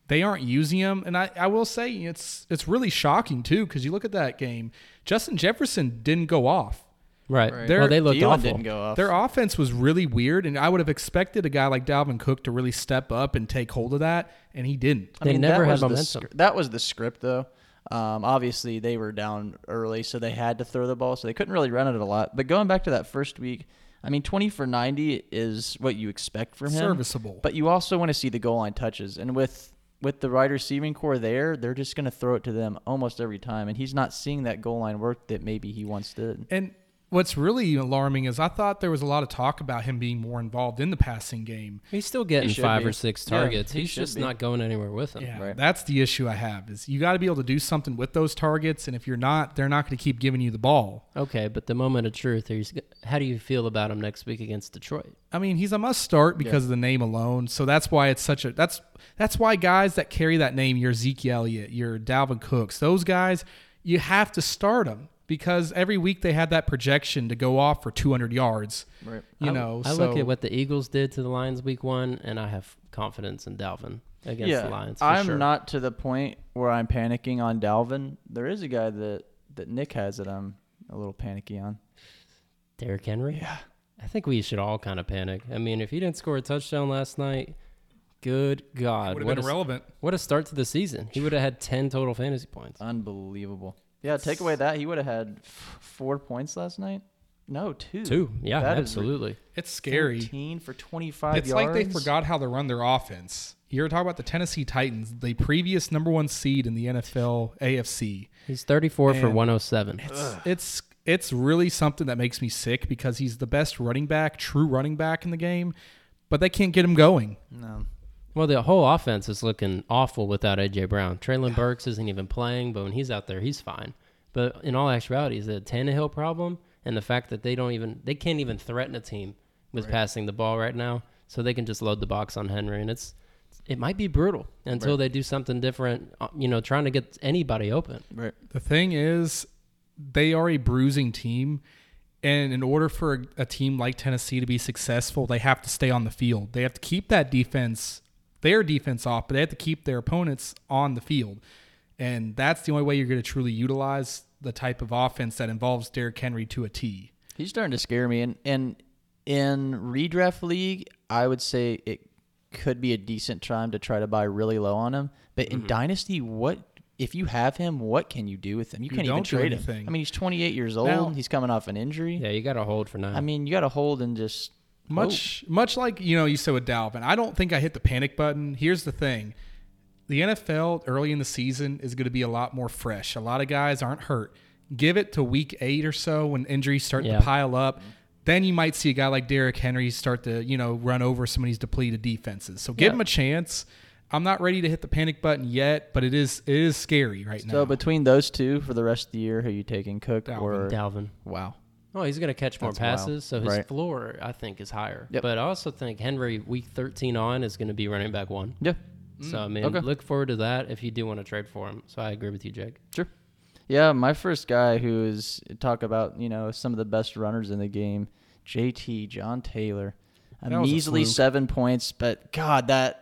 B: They aren't using him, and I, I will say it's it's really shocking too because you look at that game. Justin Jefferson didn't go off.
C: Right.
B: Their
C: Well, they looked
A: Thielen
C: awful.
A: didn't go off.
B: Their offense was really weird, and I would have expected a guy like Dalvin Cook to really step up and take hold of that, and he didn't.
A: I
C: They
A: mean,
C: never
A: that
C: had
A: was the
C: momentum.
A: scr- that was the script, though. Um, obviously, they were down early, so they had to throw the ball, so they couldn't really run it a lot. But going back to that first week, I mean, 20 for 90 is what you expect from him.
B: Serviceable.
A: But you also want to see the goal line touches. And with with the wide receiving core there, they're just going to throw it to them almost every time. And he's not seeing that goal line work that maybe he once did.
B: And what's really alarming is I thought there was a lot of talk about him being more involved in the passing game.
C: He's still getting
A: should
C: five
A: be.
C: or six
A: Yeah,
C: targets.
A: he
C: He's
A: should
C: just
A: be.
C: not going anywhere with them.
B: Yeah,
A: Right.
B: that's the issue I have is you got to be able to do something with those targets, and if you're not, they're not going to keep giving you the ball.
C: Okay, but the moment of truth, he's, how do you feel about him next week against Detroit?
B: I mean, he's a must start because of the name alone. So that's why it's such a that's that's why guys that carry that name, your Zeke Elliott, your Dalvin Cooks, those guys, you have to start them because every week they had that projection to go off for 200 yards.
A: Right.
B: You
C: I-
B: know,
C: I
B: so
C: look at what the Eagles did to the Lions week one, and I have confidence in Dalvin against the Lions. For
A: I'm
C: sure.
A: not to the point where I'm panicking on Dalvin. There is a guy that that Nick has that I'm a little panicky on.
C: Derrick Henry.
A: Yeah.
C: I think we should all kind of panic. I mean, if he didn't score a touchdown last night, good God,
B: would have
C: what
B: been
C: a, s-
B: irrelevant.
C: what a start to the season! He would have had ten total fantasy points.
A: Unbelievable. Yeah, take away that he would have had f- four points last night. No, two.
C: Two, yeah,
A: That is
C: absolutely.
B: It's scary.
A: 14 for 25
B: It's
A: yards.
B: like they forgot how to run their offense. You're talking about the Tennessee Titans, the previous number one seed in the NFL AFC.
C: He's thirty-four for
B: Man.
C: one hundred seven.
B: It's, it's it's really something that makes me sick because he's the best running back, true running back in the game, but they can't get him going.
A: No.
C: Well, the whole offense is looking awful without AJ Brown. Traylon Burks isn't even playing, but when he's out there, he's fine. But in all actuality, is it a Tannehill problem? And the fact that they don't even they can't even threaten a team with passing the ball right now, so they can just load the box on Henry, and it's it might be brutal until they do something different. uh, You know, trying to get anybody open.
A: Right.
B: The thing is, they are a bruising team, and in order for a, a team like Tennessee to be successful, they have to stay on the field. They have to keep that defense, their defense off, but they have to keep their opponents on the field, and that's the only way you're going to truly utilize the type of offense that involves Derrick Henry to a T.
A: He's starting to scare me. And, and in redraft league, I would say it could be a decent time to try to buy really low on him. But
B: Mm-hmm.
A: in Dynasty, what if you have him, what can you do with him? You can't even
B: don't do
A: trade
B: anything.
A: him. I mean, he's 28 years old.
B: Now-
A: he's coming off an injury.
C: Yeah, you got to hold for now.
A: I mean, you got to hold and just
B: Much much like you know you said with Dalvin, I don't think I hit the panic button. Here's the thing. The NFL early in the season is going to be a lot more fresh. A lot of guys aren't hurt. Give it to week 8 or so when injuries start
C: Yeah.
B: to pile up. Then you might see a guy like Derrick Henry start to, you know, run over some of these depleted defenses. So give
C: Yeah.
B: him a chance. I'm not ready to hit the panic button yet, but it is it is scary right
A: So
B: now.
A: between those two for the rest of the year, who you taking, Cook
B: Dalvin.
A: or
C: Dalvin.
A: Wow?
C: Oh, he's going to catch more
A: That's wild.
C: passes, so his
A: Right.
C: floor I think is higher.
A: Yep.
C: But I also think Henry week 13 on is going to be running back one.
A: Yeah,
C: So I mean,
A: okay.
C: look forward to that if you do want to trade for him. So I agree with you, Jake.
A: sure. Yeah, my first guy who is talk about you know some of the best runners in the game, JT John Taylor, a
B: That was a
A: measly
B: fluke.
A: seven points, but God, that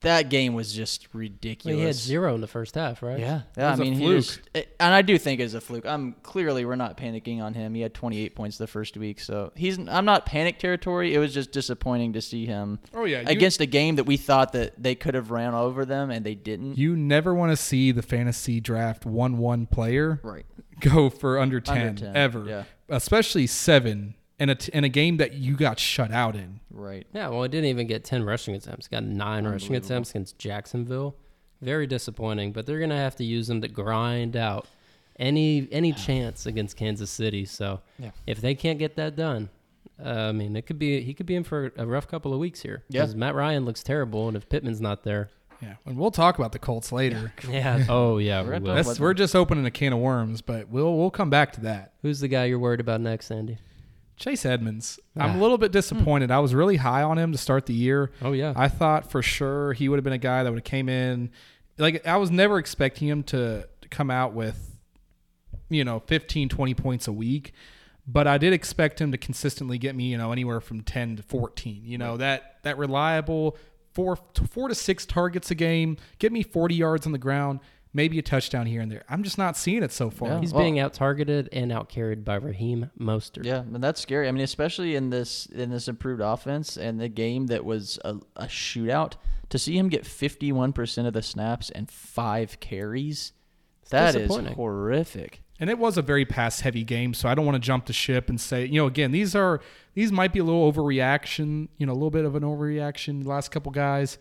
A: that game was just
C: Well,
A: ridiculous.
C: he had zero in the first half, right?
A: Yeah,
B: It
A: yeah. I
B: was a
A: mean, he
B: fluke.
A: just, it- and I do think it's a fluke. I'm clearly we're not panicking on him. He had 28 points the first week, so he's. I'm not panic territory. It was just disappointing to see him.
B: Oh, yeah, you-
A: against a game that we thought that they could have ran over them and they didn't.
B: you never want to see the fantasy draft 1-1 player
A: right.
B: go for under 10,
A: 10,
B: ever,
A: yeah.
B: especially seven in a, t- in a game that you got shut out in.
A: Right.
C: Yeah. Well, he didn't even get 10 rushing attempts. Got nine rushing attempts against Jacksonville. Very disappointing. But they're going to have to use him to grind out any any chance against Kansas City. So
A: Yeah.
C: if they can't get that done. Uh, I mean, it could be he could be in for a rough couple of weeks here
A: Yeah.
C: Matt Ryan looks terrible, and if Pittman's not there,
B: Yeah, and we'll talk about the Colts later.
C: (laughs) yeah, oh yeah, we
A: Right.
C: will.
B: That's, we're just opening a can of worms, but we'll we'll come back to that.
C: Who's the guy you're worried about next, Andy?
B: Chase Edmonds, I'm
C: Ah.
B: a little bit disappointed. I was really high on him to start the year.
C: Oh yeah,
B: I thought for sure he would have been a guy that would have came in. Like I was never expecting him to to come out with you know 15 20 points a week, but I did expect him to consistently get me, you know, anywhere from 10 to 14. You know, that that reliable four to 4 to 6 targets a game, get me 40 yards on the ground, maybe a touchdown here and there. I'm just not seeing it so far.
A: Yeah.
C: He's
A: Oh, Well-
C: being out targeted and out carried by Raheem Mostert.
A: Yeah, and that's scary. I mean, especially in this in this improved offense and the game that was a, a shootout to see him get 51% of the snaps and 5 carries. That is
C: disappointing.
A: horrific.
B: And it was a very pass heavy game, so I don't want to jump the ship and say, you know, again, these are these might be a little overreaction, you know, a little bit of an overreaction the last couple guys.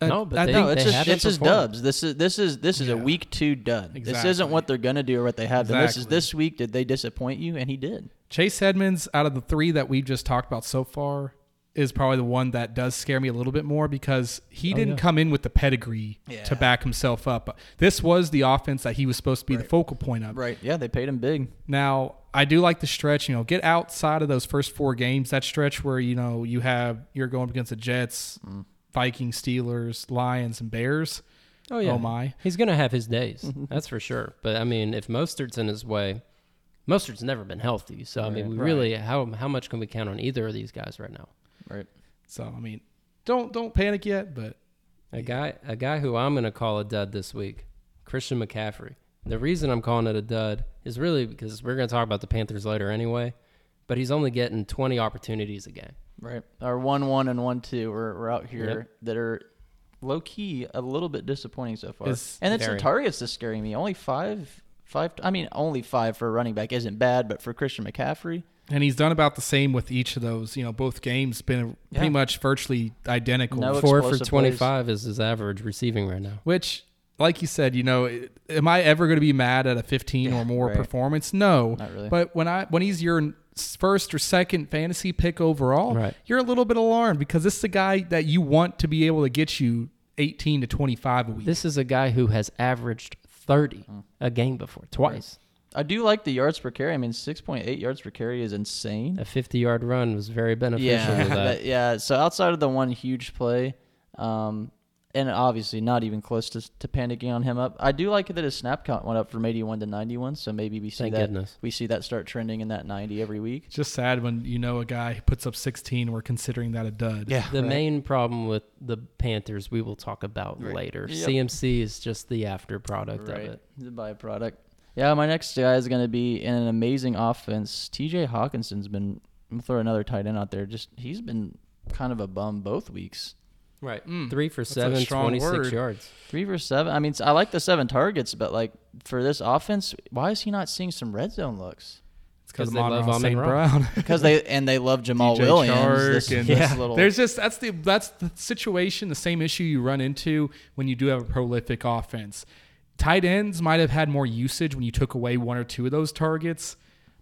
B: Uh,
C: No, but
B: I
C: they-
B: think-
A: No, it's
C: had
A: just
C: to
A: it's just
C: perform.
A: dubs. This is this is this is a
B: Yeah.
A: week two done. This
B: Exactly.
A: isn't what they're gonna do or what they have. done. This is
B: Exactly.
A: this week. Did they disappoint you? And he did.
B: Chase Edmonds, out of the three that we've just talked about so far, is probably the one that does scare me a little bit more because
C: Oh,
B: he didn't come in with the pedigree to back himself up. This was the offense that he was supposed to be the focal point of.
A: Right. Yeah, they paid him big.
B: Now, I do like the stretch, you know, get outside of those first four games, that stretch where, you know, you have you're going up against the Jets, Vikings, Steelers, Lions, and Bears.
C: Oh yeah.
B: Oh, my.
C: He's gonna have his days.
A: Mm-hmm.
C: that's for sure. But I mean, if Mostert's in his way, Mostert's never been healthy. So I mean, we really how how much can we count on either of these guys right now?
A: Right.
B: So I mean, don't don't panic yet, but
C: A guy a guy who I'm gonna call a dud this week, Christian McCaffrey. The reason I'm calling it a dud is really because we're gonna talk about the Panthers later anyway. But he's only getting 20 opportunities a game.
A: Right. Our one one and one two we're, we're out here
C: Yep.
A: that are low key a little bit disappointing so far.
B: It's
A: and it's the
C: very.
A: targets that's scaring me. Only five five I mean only five for a running back isn't bad, but for Christian McCaffrey,
B: and he's done about the same with each of those. You know, both games been
A: Yeah.
B: pretty much virtually identical.
A: No
C: Four for
A: explosive
C: 25 is his average receiving right now.
B: Which, like you said, you know, it- am I ever going to be mad at a 15 or more
A: right.
B: performance? No,
A: Not really.
B: But when I when he's your first or second fantasy pick overall,
C: Right.
B: you're a little bit alarmed because this is a guy that you want to be able to get you 18 to 25 a week.
C: This is a guy who has averaged 30
A: Mm.
C: a game before, twice.
A: I do like the yards per carry. I mean six point eight yards per carry is insane.
C: A 50 yard run was very beneficial
A: Yeah. (laughs)
C: to that.
A: but yeah. So outside of the one huge play, um and obviously not even close to, to panicking on him up. I do like that his snap count went up from 81 to 91, so maybe we see
C: Thank
A: that
C: goodness.
A: we see that start trending in that 90 every week.
B: It's just sad when you know a guy puts up 16. We're considering that a dud.
A: Yeah.
C: The main problem with the Panthers we will talk about later.
A: Yep.
C: CMC is just the after product of
A: Right.
C: it.
A: The byproduct. Yeah, my next guy is going to be in an amazing offense. TJ Hawkinson's been, I'm going to throw another tight end out there. Just, he's been kind of a bum both weeks.
C: Right.
B: Mm.
C: Three for seven,
B: strong
C: 26
B: word.
C: yards.
A: Three versus seven. I mean, I like the seven targets, but like for this offense, why is he not seeing some red zone looks?
B: It's because of
C: 'Cause they love
B: Monroe St.
C: Amon-Ra.
B: Brown. (laughs)
A: Because they, and they love Jamal
B: DJ
A: Williams.
B: Chark
A: this, (laughs)
B: and-
A: this little,
B: There's just that's the that's the situation, the same issue you run into when you do have a prolific offense. Tight ends might have had more usage when you took away one or two of those targets,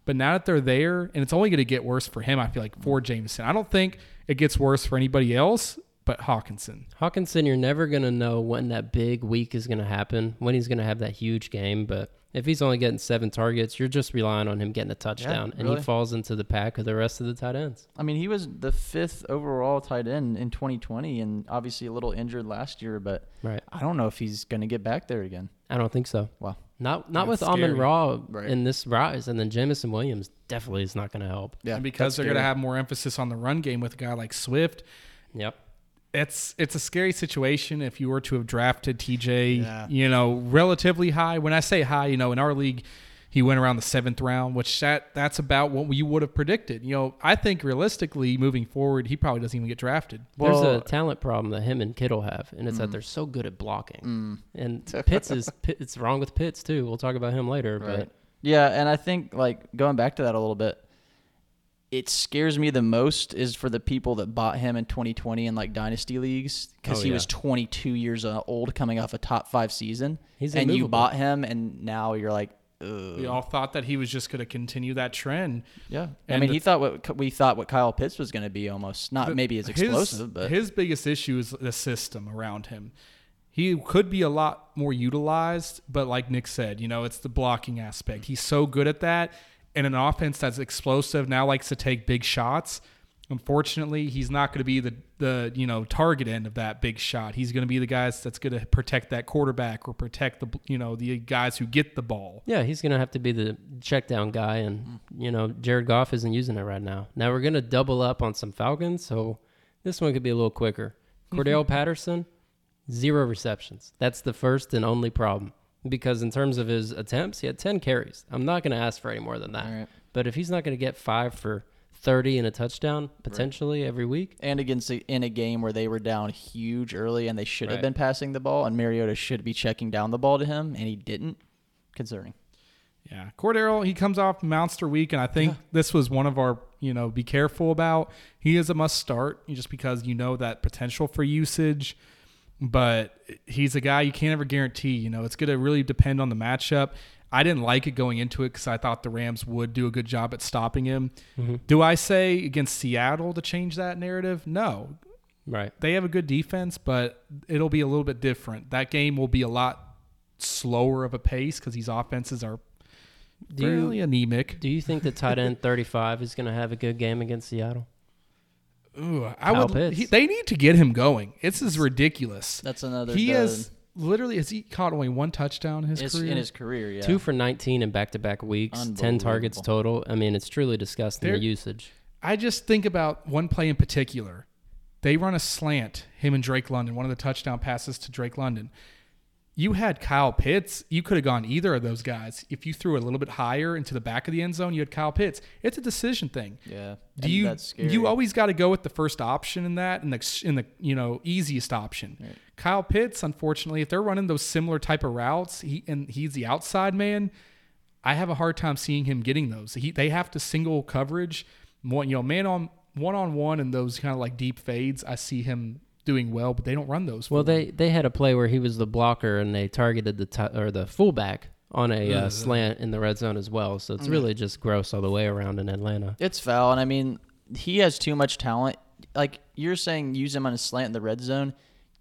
B: but now that they're there, and it's only going to get worse for him. I feel like for Jameson, I don't think it gets worse for anybody else, but Hawkinson.
C: Hawkinson, you're never going to know when that big week is going to happen, when he's going to have that huge game. But if he's only getting seven targets, you're just relying on him getting a touchdown. and
A: really.
C: he falls into the pack of the rest of the tight ends.
A: I mean, he was the fifth overall tight end in 2020 and obviously a little injured last year, but
C: Right.
A: I don't know if he's going to get back there again.
C: I don't think so.
A: Wow.
C: Not not
B: That's
C: with Amon
B: scary.
C: Ra
A: Right.
C: in this rise, and then Jamison Williams definitely is not going to help.
A: Yeah.
B: and because
A: that's
B: they're going to
A: scary.
B: have more emphasis on the run game with a guy like Swift,
C: Yep.
B: it's it's a scary situation if you were to have drafted TJ,
A: Yeah.
B: you know, relatively high. When I say high, you know, in our league, he went around the seventh round, which that that's about what you would have predicted. You know, I think realistically, moving forward, he probably doesn't even get drafted.
C: There's
A: Well- Mm-hmm.
C: a talent problem that him and Kittle have, and it's that they're so good at blocking.
A: Mm.
C: And
A: (laughs)
C: Pitts is Pitt- it's wrong with Pitts too. We'll talk about him later,
A: Right. Yeah, and I think like going back to that a little bit, it scares me the most is for the people that bought him in 2020 in like dynasty leagues because
C: Oh,
A: he
C: yeah.
A: was 22 years uh, old coming off a top five season,
C: He's
A: and you
C: immovable.
A: bought him, and now you're like, Ugh.
B: We all thought that he was just going to continue that trend.
A: yeah. I
B: And
A: mean,
B: the-
A: he thought what we thought what Kyle Pitts was going to be almost not maybe as
B: His-
A: explosive, but
B: his biggest issue is the system around him. He could be a lot more utilized, but like Nick said, you know, it's the blocking aspect. He's so good at that, and an offense that's explosive now likes to take big shots. Unfortunately, he's not going to be the the you know target end of that big shot. He's going to be the guys that's going to protect that quarterback or protect the you know the guys who get the ball.
C: Yeah, he's going to have to be the check down guy. And, you know, Jared Goff isn't using it right now. Now we're going to double up on some Falcons. So this one could be a little quicker. Cordell Patterson, zero receptions. That's the first and only problem. Because in terms of his attempts, he had 10 carries. I'm not going to ask for any more than that.
A: Right.
C: But if he's not going to get five for 30 and a touchdown potentially every week,
A: and against a- in a game where they were down huge early and they should have
C: Right.
A: been passing the ball, and Mariota should be checking down the ball to him, and he didn't. Concerning.
B: Yeah, Cordero, he comes off Monster Week, and I think this was one of our, you know, be careful about. He is a must start just because you know that potential for usage, but he's a guy you can't ever guarantee. You know, it's going to really depend on the matchup. I didn't like it going into it because I thought the Rams would do a good job at stopping him. Do I say against Seattle to change that narrative? No.
C: Right.
B: They have a good defense, but it'll be a little bit different. That game will be a lot slower of a pace because these offenses are
C: Do you-
B: fairly anemic.
C: Do you think the tight end 35 is going to have a good game against Seattle?
B: Ooh, I
C: Kyle
B: would.
C: Pitts.
B: He, they need to get him going. This is ridiculous.
A: That's another.
B: he
A: dud.
B: has literally has he caught only one touchdown in his
A: It's
B: career?
A: in his career. Yeah.
C: Two for 19 in back to back weeks, 10 targets total. I mean, it's truly disgusting
B: They're-
C: the usage.
B: I just think about one play in particular. They run a slant, him and Drake London, one of the touchdown passes to Drake London. You had Kyle Pitts. You could have gone either of those guys. If you threw a little bit higher into the back of the end zone, you had Kyle Pitts. It's a decision thing.
A: yeah.
B: Do
A: And
B: you
A: That's scary.
B: you always got to go with the first option in that and the in the you know easiest option. Kyle Pitts, unfortunately, if they're running those similar type of routes, he and he's the outside man. I have a hard time seeing him getting those. He they have to single coverage, one you know man on one on one and those kind of like deep fades. I see him doing well, but they don't run those.
C: Well,
B: for him.
C: they, they had a play where he was the blocker and they targeted the ti or the fullback on a uh, slant in the red zone as well. So
A: Mm-hmm.
C: it's really just gross all the way around in Atlanta.
A: It's foul, and I mean, he has too much talent. Like you're saying, use him on a slant in the red zone.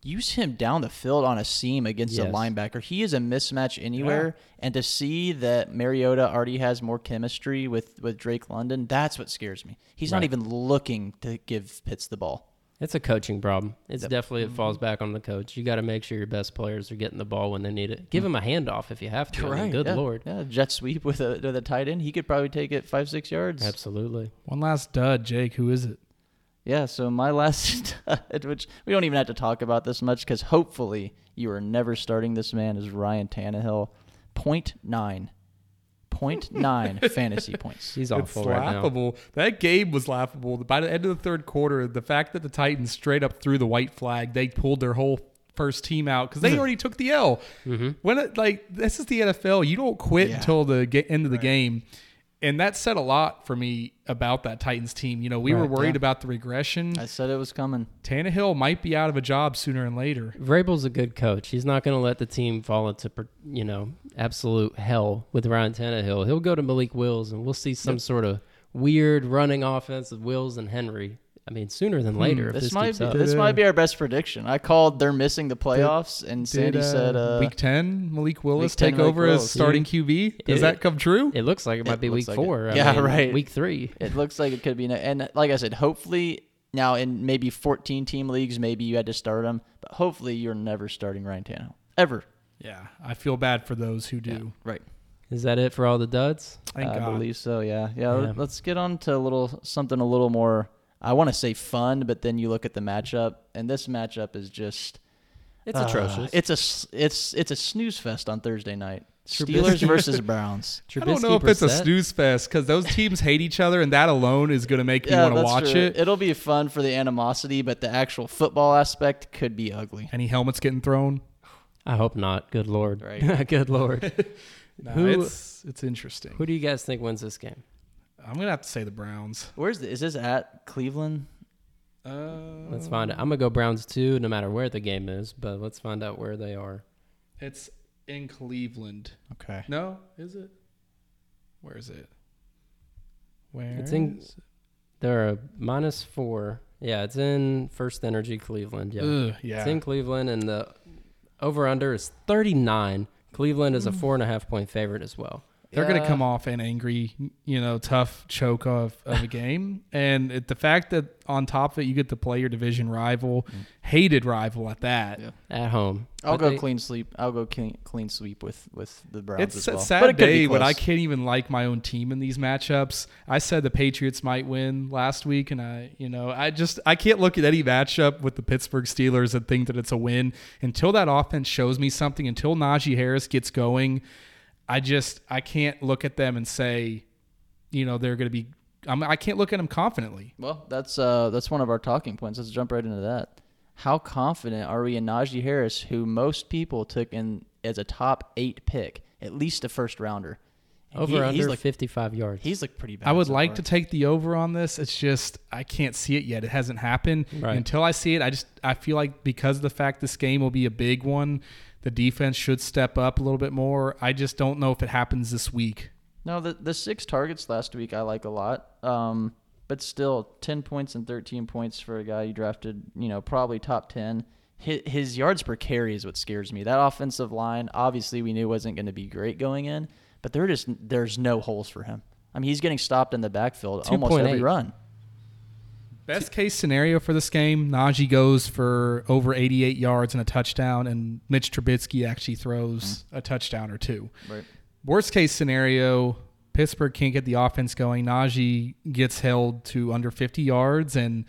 A: Use him down the field on a seam against a
C: Yes.
A: linebacker. He is a mismatch anywhere. And to see that Mariota already has more chemistry with, with Drake London, that's what scares me. He's not
C: Right.
A: even looking to give Pitts the ball.
C: It's a coaching problem. It's definitely, it falls
A: Mm-hmm.
C: back on the coach. You got to make sure your best players are getting the ball when they need it.
B: Mm.
C: Give them a handoff if you have to. I mean, good
A: yeah,
C: Lord.
A: Yeah, jet sweep with a, with a tight end. He could probably take it five, six yards.
C: Absolutely.
B: one last dud, Jake. Who is it?
A: Yeah, so my last, (laughs) which we don't even have to talk about this much because hopefully you are never starting this man, is Ryan Tannehill. Point nine.
B: (laughs)
A: Point nine fantasy points.
C: He's awful
B: it's
C: right now.
B: laughable. That game was laughable. By the end of the third quarter, the fact that the Titans straight up threw the white flag, they pulled their whole first team out because
A: Mm-hmm.
B: they already took the L. When it, like this is the NFL, you don't quit
A: Yeah.
B: until the ga- end of the game, and that said a lot for me about that Titans team. You know, we were worried about the regression.
A: I said it was coming.
B: Tannehill might be out of a job sooner and later.
C: Vrabel's a good coach. He's not going to let the team fall into per- you know absolute hell with Ryan Tannehill. He'll go to Malik Wills, and we'll see some sort of weird running offense with Wills and Henry. I mean, sooner than later. if this,
A: Hmm, This, might
C: keeps
A: be
C: up.
A: this might be our best prediction. I called they're missing the playoffs, and
B: Did,
A: Sandy
B: uh,
A: said, uh,
B: week ten, Malik Willis
A: 10,
B: take
A: Malik
B: over as
A: Willis.
B: starting QB. Does
C: It-
B: that come true?
C: It looks like it might
A: It
C: be
A: looks
C: week
A: like it.
C: four. I
A: Yeah,
C: mean,
A: right.
C: Week three.
A: it looks like it could be." No- and like I said, hopefully now in maybe 14 team leagues, maybe you had to start him, but hopefully you're never starting Ryan Tannehill ever.
B: yeah, I feel bad for those who do.
A: Right.
C: Is that it for all the duds?
B: Thank
A: I
B: God.
A: believe so. Yeah. yeah.
C: Yeah.
A: let- Let's get on to a little something a little more. I want to say fun, but then you look at the matchup, and this matchup is just
C: It's
A: uh,
C: atrocious.
A: It's a s- it's it's a snooze fest on Thursday night.
C: Trubisky.
B: (laughs)
A: Steelers versus Browns.
B: I don't
C: Trubisky,
B: know if it's a
C: Brissett.
B: snooze fest because those teams hate each other, and that alone is going to make me
A: Yeah,
B: want to
A: that's
B: watch
A: true.
B: it.
A: It'll be fun for the animosity, but the actual football aspect could be ugly.
B: Any helmets getting thrown?
C: I hope not. Good lord.
A: (laughs)
B: (laughs)
C: (laughs)
A: Right.
C: good lord.
B: No,
C: Who-
B: it's it's interesting.
C: Who do you guys think wins this game?
B: I'm gonna have to say the Browns.
A: Where's the, is this at Cleveland?
B: Uh,
C: Let's find out. I'm gonna go Browns too, no matter where the game is. But let's find out where they are.
B: it's in Cleveland.
A: Okay.
B: No, is it? Where is it? Where?
C: It's in-
B: is it?
C: They're a minus four. Yeah, it's in First Energy Cleveland. Yeah.
B: Ugh,
C: It's
B: yeah.
C: in Cleveland, and the over under is 39. Cleveland
A: Mm.
C: is a four and a half point favorite as well.
B: They're
A: Yeah.
B: gonna come off an angry, you know, tough choke of, of
C: (laughs)
B: a game, and it, the fact that on top of it you get to play your division rival,
C: Mm.
B: hated rival at that.
A: Yeah.
C: At home.
A: I'll
C: But
A: go
C: they-
A: clean sweep. I'll go clean, clean sweep with with the Browns
B: It's
A: as
B: a
A: well.
B: sad
A: but it could
B: day
A: be
B: when I
A: close.
B: can't even like my own team in these matchups. I said the Patriots might win last week, and I, you know, I just I can't look at any matchup with the Pittsburgh Steelers and think that it's a win until that offense shows me something. Until Najee Harris gets going, I just I can't look at them and say, you know, they're going to be. I'm, I can't look at them confidently.
A: Well, that's uh, that's one of our talking points. Let's jump right into that. How confident are we in Najee Harris, who most people took in as a top eight pick, at least a first rounder? And
C: Over
A: he-
C: under
A: he's looked,
C: 55 yards.
A: he's looked pretty bad.
B: I would
A: so
B: like
A: far.
B: to take the over on this. It's just I can't see it yet. It hasn't happened.
C: Right.
B: Until I see it, I just I feel like because of the fact this game will be a big one, The defense should step up a little bit more. I just don't know if it happens this week.
A: No, the the six targets last week I like a lot. Um, but still, ten points and thirteen points for a guy you drafted, you know, probably top ten. His, his yards per carry is what scares me. That offensive line, obviously, we knew wasn't going to be great going in, but there just there's no holes for him. I mean, he's getting stopped in the backfield almost every
C: 2.8.
A: run.
B: Best case scenario for this game, Najee goes for over 88 yards and a touchdown, and Mitch Trubisky actually throws a touchdown or two.
A: Right.
B: Worst case scenario, Pittsburgh can't get the offense going. Najee gets held to under 50 yards, and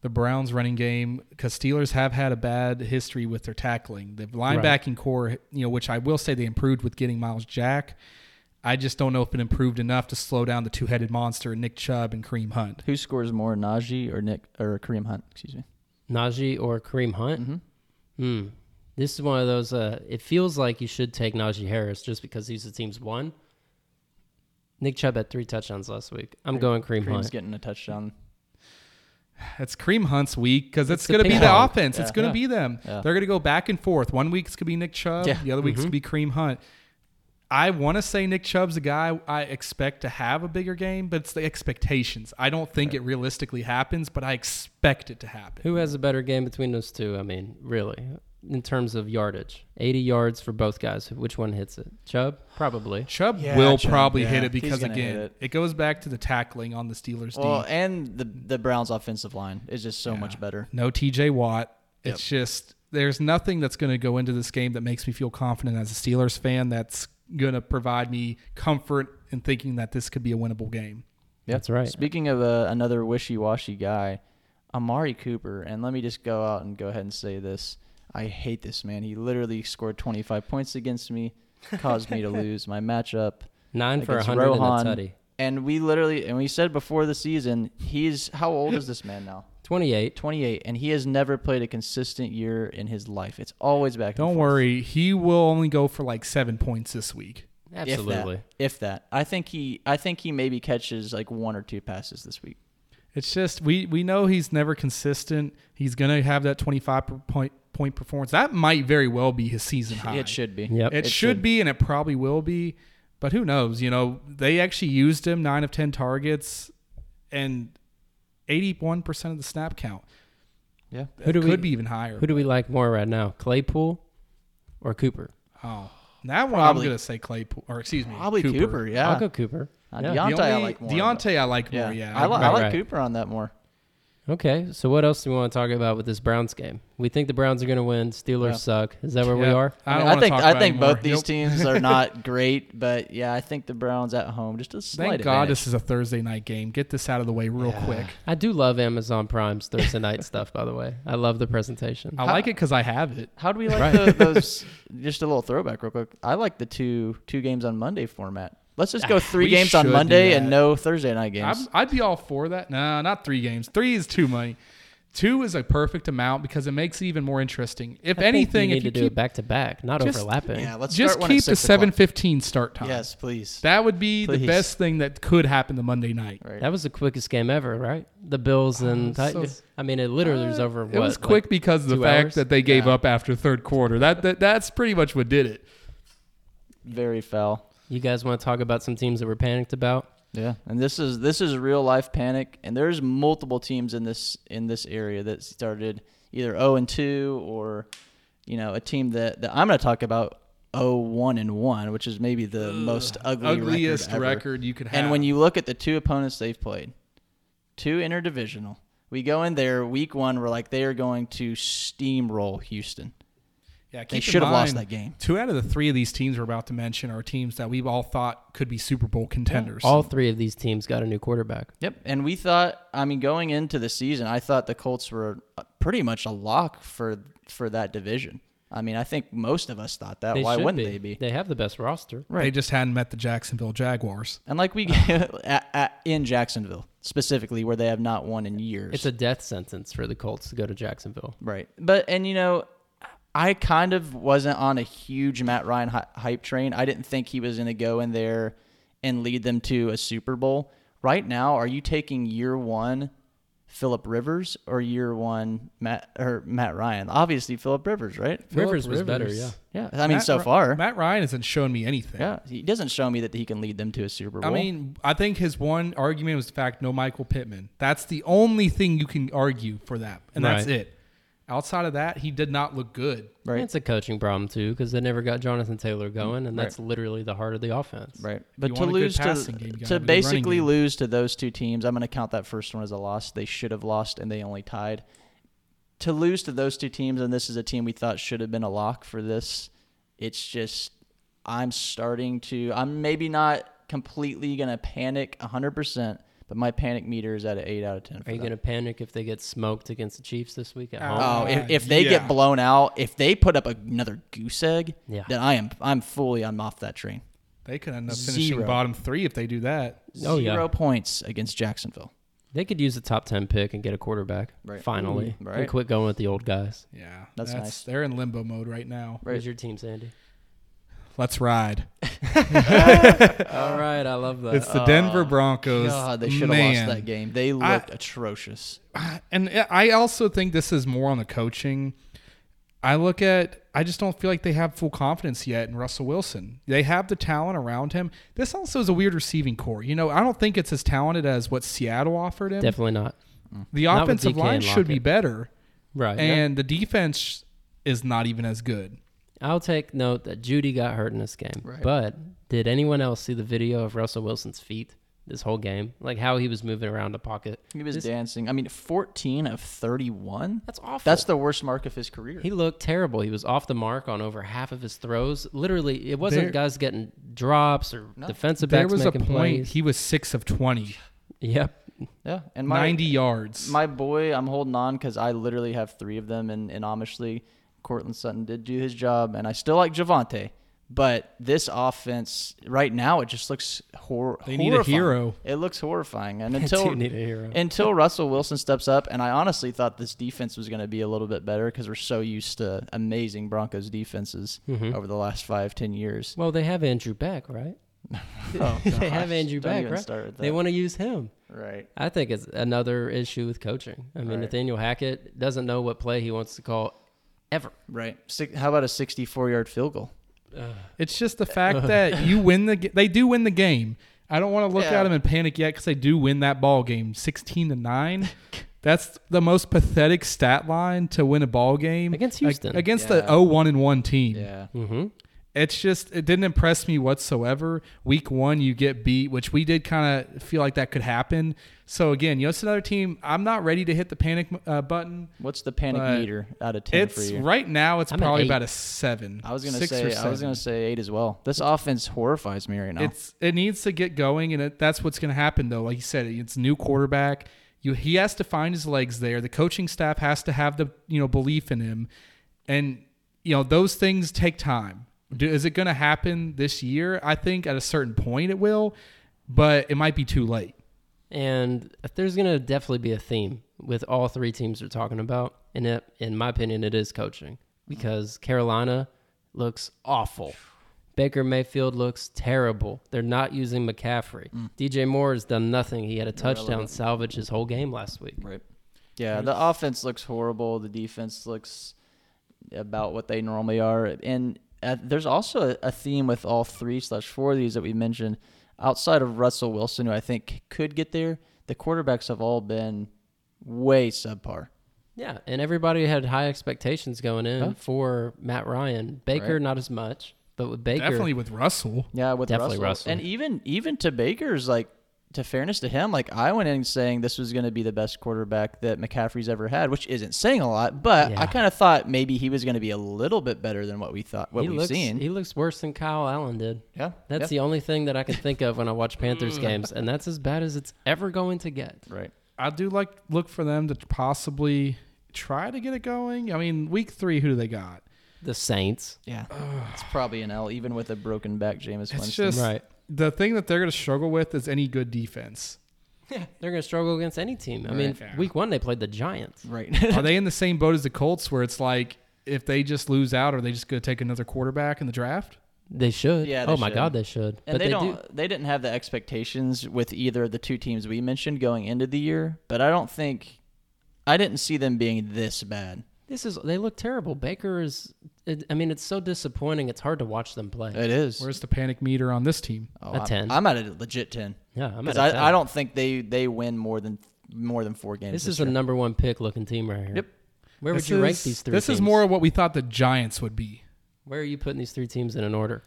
B: the Browns' running game, because Steelers have had a bad history with their tackling. The linebacking core, you know, which I will say they improved with getting Miles Jack. I just don't know if it improved enough to slow down the two-headed monster Nick Chubb and Kareem Hunt.
A: Who scores more, Najee or Nick or Kareem Hunt? Excuse me.
C: Najee or Kareem Hunt.
A: Mhm.
C: Hmm. This is one of those. Uh, it feels like you should take Najee Harris just because he's the team's one. Nick Chubb had three touchdowns last week. I'm going Kareem
A: Kareem's
C: Hunt.
A: getting a touchdown.
B: That's Cream Hunt's week because it's,
C: It's the
B: going to be
C: ping
B: the
C: pong.
B: offense. It's
A: Yeah.
B: going to be them.
A: Yeah.
B: They're going to go back and forth. One week it's going to be Nick Chubb.
A: Yeah. Mm-hmm.
B: The other week it's going to be Cream Hunt. I want to say Nick Chubb's a guy I expect to have a bigger game, but it's the expectations. I don't think it realistically happens, but I expect it to happen.
C: Who has a better game between those two? I mean, really, in terms of yardage, 80 yards for both guys. Which one hits it? Chubb, probably.
B: Chubb
A: Yeah,
B: will
A: Chubb,
B: probably
A: yeah.
B: hit it
A: He's
B: because
A: gonna hit
B: again, it.
A: it.
B: goes back to the tackling on the Steelers
A: Well,
B: D.
A: and the the Browns' offensive line is just so much better.
B: No TJ Watt. It's just there's nothing that's going to go into this game that makes me feel confident as a Steelers fan that's going to provide me comfort in thinking that this could be a winnable game.
A: Yeah.
C: That's right.
A: Speaking of uh, another wishy-washy guy, Amari Cooper, and let me just go out and go ahead and say this: I hate this man. He literally scored 25 points against me, caused me to lose my matchup.
C: Nine for
A: against
C: 100
A: Rohan,
C: and a tutty.
A: And we literally, and we said before the season, he's how old is this man now?
C: 28.
A: 28, and he has never played a consistent year in his life. It's always back. and
B: Don't
A: forth.
B: worry, he will only go for like 7 points this week.
C: Absolutely.
A: If that, if that, I think he, I think he maybe catches like one or two passes this week.
B: It's just we we know he's never consistent. He's going to have that 25 per- point point performance. That might very well be his season high.
A: It should be.
C: Yep.
B: It,
A: It
B: should,
A: should.
B: be, and it probably will be. But who knows? You know, they actually used him nine of ten targets, and eighty-one percent of the snap count.
A: Yeah.
C: Who do
B: it
C: we-
B: could be even higher.
C: Who do we like more right now, Claypool or Cooper?
B: oh, that one
A: Probably-
B: I'm gonna say Claypool, or excuse me,
A: Probably Cooper. yeah.
C: I'll go Cooper.
A: Uh,
C: Yeah.
A: Deion-
B: The
A: Deontay I
B: only-
A: like more, but-
B: Deontay I like more. Yeah,
A: I, li- I
C: right,
A: like
C: right.
A: Cooper on that more.
C: Okay, so what else do we want to talk about with this Browns game? We think the Browns are going to win. Steelers
A: Yeah.
C: suck. Is that where we
B: Yeah.
C: are?
B: I, don't
A: mean,
B: wanna
A: think
B: talk
A: I
B: about it
A: think
B: anymore.
A: both these
B: Nope.
A: teams are not (laughs) great, but yeah, I think the Browns at home just a slight
B: Thank God
A: advantage.
B: this is a Thursday night game. Get this out of the way real quick.
C: I do love Amazon Prime's Thursday night (laughs) stuff, by the way. I love the presentation.
B: I like it because I have it.
A: How do we like
C: Right.
B: (laughs)
A: tho- those? Just a little throwback, real quick. I like the two two games on Monday format. Let's just go three
B: Ah, we
A: games on
B: should do
A: Monday and
B: that.
A: no Thursday night games.
B: I'm, I'd be all for that. Nah, not three games. Three is too many. Two is a perfect amount because it makes it even more interesting. If
C: I think
B: anything,
C: you need
B: if you
C: to do it
B: keep
C: back to back, not
B: Just-
C: overlapping.
A: yeah, let's
B: just
A: start one at
B: keep the
A: six o'clock.
B: seven fifteen start time.
A: Yes, please.
B: that would be the
A: Please.
B: best thing that could happen the Monday night.
A: right.
C: That was the quickest game ever, right? The Bills and
B: so- Ah,
C: Titans. I mean, it literally was over.
B: Uh, it
C: what,
B: was
C: like-
B: quick because of the
C: two
B: fact
C: hours?
B: that they gave
A: Yeah.
B: up after third quarter. That, that that's pretty much what did it.
A: Very foul.
C: you guys want to talk about some teams that we're panicked about?
A: Yeah, and this is this is real life panic, and there's multiple teams in this in this area that started either zero and two or, you know, a team that, that I'm going to talk about zero one and one, which is maybe the most ugly
B: Ugliest
A: record,
B: record,
A: ever.
B: you could have.
A: And when you look at the two opponents they've played, two interdivisional, we go in there week one, we're like they are going to steamroll Houston.
B: yeah, keep
A: They
B: in
A: should have lost
B: mind,
A: that game.
B: Two out of the three of these teams we're about to mention are teams that we've all thought could be Super Bowl contenders.
C: All three of these teams got a new quarterback.
A: Yep. And we thought, I mean, going into the season, I thought the Colts were uh, pretty much a lock for for that division. I mean, I think most of us thought that. Why
C: should
A: wouldn't they be?
C: They have the best roster.
B: They
A: Right.
B: just hadn't met the Jacksonville Jaguars.
A: And like (laughs) we at, at, in Jacksonville specifically, where they have not won in years.
C: It's a death sentence for the Colts to go to Jacksonville.
A: right. But and you know, I kind of wasn't on a huge Matt Ryan hy- hype train. I didn't think he was going to go in there and lead them to a Super Bowl. Right now, are you taking year one Philip Rivers or year one Matt or Matt Ryan? Obviously Philip Rivers, right?
B: Phillip
C: Rivers was better,
B: Rivers.
C: yeah.
A: Yeah, I mean
B: Matt
A: so
B: Ry-
A: far,
B: Matt Ryan hasn't shown me anything.
A: yeah, he doesn't show me that he can lead them to a Super Bowl.
B: I mean, I think his one argument was the fact no Michael Pittman. That's the only thing you can argue for that, and that's
C: Right.
B: it. Outside of that, he did not look good.
A: right,
C: It's a coaching problem too because they never got Jonathan Taylor going, and that's literally the heart of the offense.
A: right. But
B: you
A: to
B: want a good
A: lose to
B: passing game, you gotta
A: to
B: have a good running
A: basically
B: game.
A: lose to those two teams, I'm going to count that first one as a loss. They should have lost, and they only tied. To lose to those two teams, and this is a team we thought should have been a lock for this. It's just I'm starting to. I'm maybe not completely going to panic 100, percent but my panic meter is at an eight out of ten.
C: Are you going to panic if they get smoked against the Chiefs this week at
B: Oh.
C: home?
A: Oh,
B: Uh,
A: if, if they
B: yeah.
A: get blown out, if they put up another goose egg,
C: Yeah.
A: then I am I'm fully I'm off that train.
B: They could end up finishing
A: Zero.
B: bottom three if they do that.
A: Zero
C: Oh, yeah.
A: points against Jacksonville.
C: They could use the top ten pick and get a quarterback
A: Right.
C: finally,
A: Ooh, right.
C: and quit going with the old guys.
B: Yeah,
A: That's nice.
B: They're in limbo mode right now.
A: Right.
C: Where's your team, Sandy?
B: Let's ride.
C: All right, I love that.
B: It's the Denver Broncos.
A: uh, God, they should have
B: Man.
A: lost that game. They
B: I-
A: looked atrocious.
B: And I also think this is more on the coaching. I look at I just don't feel like they have full confidence yet in Russell Wilson. They have the talent around him. This also is a weird receiving core. You know, I don't think it's as talented as what Seattle offered him.
C: Definitely not.
B: the
C: Not with
B: offensive
C: DK and
B: line should be
C: Lockett.
B: better,
C: Right.
B: and the defense is not even as good.
C: I'll take note that Judy got hurt in this game.
A: Right.
C: But did anyone else see the video of Russell Wilson's feet this whole game? Like how he was moving around the pocket.
A: He was
C: This-
A: dancing. I mean, 14 of 31.
C: That's awful.
A: That's the worst mark of his career.
C: he looked terrible. He was off the mark on over half of his throws. Literally, it wasn't
B: There-
C: guys getting drops or defensive
B: There
C: backs
B: was a
C: making
B: point
C: plays.
B: he was six of 20,
C: yep.
B: (laughs)
A: yeah, and my
B: 90 yards.
A: my boy, I'm holding on because I literally have three of them in in Amish league. Cortland Sutton did do his job, and I still like Javante. But this offense right now, it just looks hor-
B: They need a
A: horrifying.
B: hero.
A: It looks
B: (laughs)
A: horrifying, and
C: Until,
A: until
C: need a hero.
A: until Russell Wilson steps up, and I honestly thought this defense was going to be a little bit better because we're so used to amazing Broncos defenses
B: Mm-hmm.
A: over the last five ten years.
C: well, they have Andrew Beck, right?
A: Oh,
C: (laughs) they have
A: gosh.
C: Andrew
A: Don't
C: Beck,
A: even
C: right?
A: start with
C: They
A: that.
C: want to use him.
A: right.
C: I think it's another issue with coaching. I mean, Nathaniel Hackett doesn't know what play he wants to call ever.
A: Right. Six, how about a 64 yard field goal?
B: It's just the
C: Uh-huh.
B: fact that you win the ga- they do win the game. I don't want to look
A: Yeah.
B: at them and panic yet because they do win that ball game, sixteen to nine.
C: (laughs)
B: That's the most pathetic stat line to win a ball game
C: Against
B: Ag-
C: Houston.
B: against the
A: Yeah.
B: 0-1 and one team.
A: Yeah.
C: Mm-hmm.
B: It's just it didn't impress me whatsoever. Week one, you get beat, which we did kind of feel like that could happen. So again, you know, it's another team. I'm not ready to hit the panic uh, button.
A: What's the panic
B: But
A: meter out of 10 for
B: it's
A: you?
B: right now. It's
C: I'm at
B: probably
C: eight.
B: about a seven.
A: I was gonna
B: Six or
A: say I was
B: seven.
A: gonna say eight as well. This offense horrifies me right now.
B: It's it needs to get going, and it, that's what's going to happen. Though, like you said, it's new quarterback. You he has to find his legs there. The coaching staff has to have the you know belief in him, and you know those things take time. Do, is it going to happen this year? I think at a certain point it will, but it might be too late.
C: And there's going to definitely be a theme with all three teams we're talking about. And it, in my opinion, it is coaching because Carolina looks awful. Baker Mayfield looks terrible. They're not using McCaffrey. DJ Moore has done nothing. He had a touchdown salvage his whole game last week.
A: right. Yeah, the offense looks horrible. The defense looks about what they normally are, and uh, there's also a, a theme with all three slash four of these that we mentioned. Outside of Russell Wilson, who I think could get there, the quarterbacks have all been way subpar.
C: Yeah, and everybody had high expectations going in
A: Huh?
C: for Matt Ryan. Baker,
A: Right.
C: not as much, but with Baker,
B: Definitely with Russell.
A: Yeah, with
C: Definitely
A: Russell.
C: Russell.
A: and even even to Baker's like to fairness to him, like I went in saying this was going to be the best quarterback that McCaffrey's ever had, which isn't saying a lot, but
C: Yeah.
A: I kind of thought maybe he was going to be a little bit better than what we thought, what
C: he
A: we've
C: looks
A: seen.
C: he looks worse than Kyle Allen did.
A: yeah,
C: That's the only thing that I can think of when I
A: (laughs)
C: watch Panthers games, and that's as bad as it's ever going to get.
A: the right.
B: I do like look for them to possibly try to get it going. I mean, week three, who do they got?
C: The Saints,
A: Yeah, (sighs) it's probably an L, even with a broken back, Jameis
B: It's
A: Winston.
B: just
C: Right.
B: the thing that they're going to struggle with is any good defense.
C: they're going to struggle against any team. I mean,
B: Right.
C: week one they played the
B: (laughs)
C: Giants.
A: right.
B: are they in the same boat as the Colts where it's like if they just lose out, are they just going to take another quarterback in the draft?
C: They should.
A: Yeah, they
C: oh my
A: should.
C: God, they should.
A: And
C: but
A: they,
C: they,
A: don't.
C: do.
A: They didn't have the expectations with either of the two teams we mentioned going into the year. But I don't think I didn't see them being this bad.
C: This is they look terrible. Baker is. It, I mean, it's so disappointing. It's hard to watch them play.
A: It is.
B: Where's the panic meter on this team?
A: Oh,
C: a
A: I'm-
C: 10.
A: I'm at a legit ten.
C: yeah, I'm at
A: Because
C: a 10.
A: I, I don't think they they win more than more than four games.
C: This
A: This,
C: is a number one pick looking team right here.
A: Yep.
C: Where
B: This
C: would you rank
B: is-
C: these three?
B: This is
C: teams?
B: more what we thought the Giants would be.
C: Where are you putting these three teams in an order?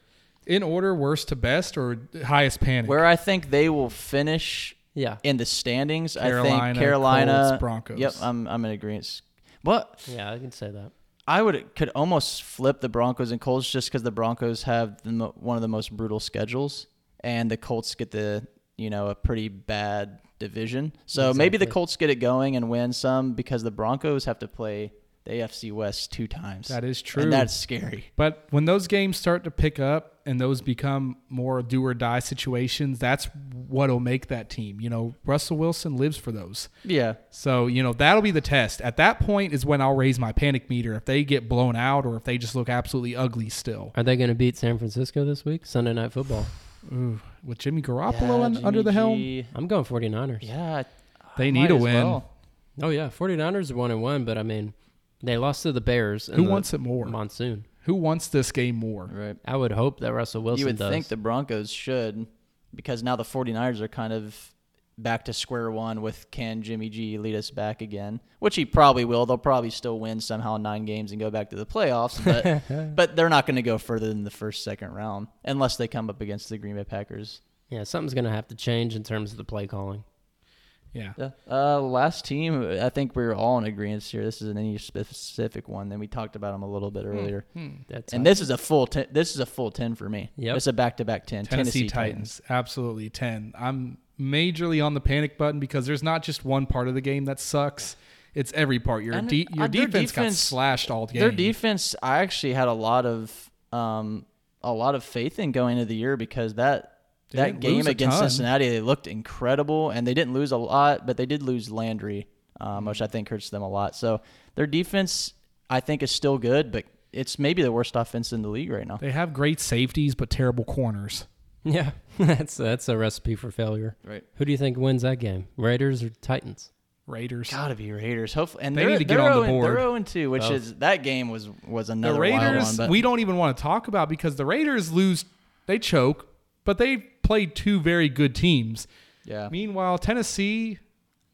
B: In order, worst to best or highest panic?
A: where I think they will finish
C: Yeah.
A: in the standings. I
B: Carolina,
A: think Carolina
B: Colts, Broncos.
A: Yep, I'm I'm in agreement. But
C: Yeah, I can say that.
A: I would could almost flip the Broncos and Colts just because the Broncos have the, mo- one of the most brutal schedules, and the Colts get the you know a pretty bad division. So maybe the
C: Exactly.
A: Colts get it going and win some because the Broncos have to play the AFC West two times.
B: That is true.
A: And that's scary.
B: But when those games start to pick up and those become more do or die situations, that's what'll make that team. You know, Russell Wilson lives for those.
A: Yeah.
B: So, you know, that'll be the test. At that point is when I'll raise my panic meter if they get blown out or if they just look absolutely ugly still.
C: Are they going to beat San Francisco this week? Sunday Night Football.
B: Ooh, with Jimmy Garoppolo
A: Yeah,
B: un-
A: Jimmy
B: under the helm,
A: G.
C: I'm going 49ers.
A: Yeah.
B: They
A: I
B: need a
A: might as
B: win.
C: Oh, yeah. 49ers are 1 and 1, but I mean, they lost to the Bears. in
B: who
C: the
B: wants it more?
C: Monsoon.
B: Who wants this game more?
A: Right.
C: I would hope that Russell Wilson
A: you would
C: does.
A: think the Broncos should because now the 49ers are kind of back to square one with can Jimmy G lead us back again, which he probably will. They'll probably still win somehow nine games and go back to the playoffs, (laughs) but but they're not going to go further than the first second round unless they come up against the Green Bay Packers.
C: yeah, something's going to have to change in terms of the play calling.
B: Yeah.
A: Yeah. Uh, last team, I think we are all in agreement here. This isn't any specific one. Then we talked about them a little bit earlier.
B: Hmm.
C: That's
A: And this is a full ten. This is a full ten for me.
C: Yep.
A: It's a back-to-back ten.
B: Tennessee, Titans, absolutely 10. I'm majorly on the panic button because there's not just one part of the game that sucks. It's every part. Your
A: And
B: de- your
A: uh, their
B: defense, got
A: defense-
B: slashed all game.
A: Their defense, I actually had a lot of um, a lot of faith in going into the year because that
B: They
A: that
B: didn't lose
A: game
B: a
A: against
B: ton.
A: Cincinnati, they looked incredible, and they didn't lose a lot, but they did lose Landry, um,
B: Mm-hmm.
A: which I think hurts them a lot. So their defense, I think, is still good, but it's maybe the worst offense in the league right now.
B: They have great safeties but terrible corners.
C: (laughs) Yeah, (laughs) that's, that's a recipe for failure.
A: Right,
C: Who do you think wins that game? Raiders or Titans?
B: Raiders.
A: gotta be Raiders. Hopefully, and
B: They
A: they're,
B: need to get
A: they're
B: on the
A: 0 They're
B: board.
A: zero two, which
C: Both.
A: is that game was was another
B: the
A: wild one.
B: Raiders
A: But
B: we don't even want to talk about because the Raiders lose they choke, but they played two very good teams.
A: yeah,
B: Meanwhile, Tennessee,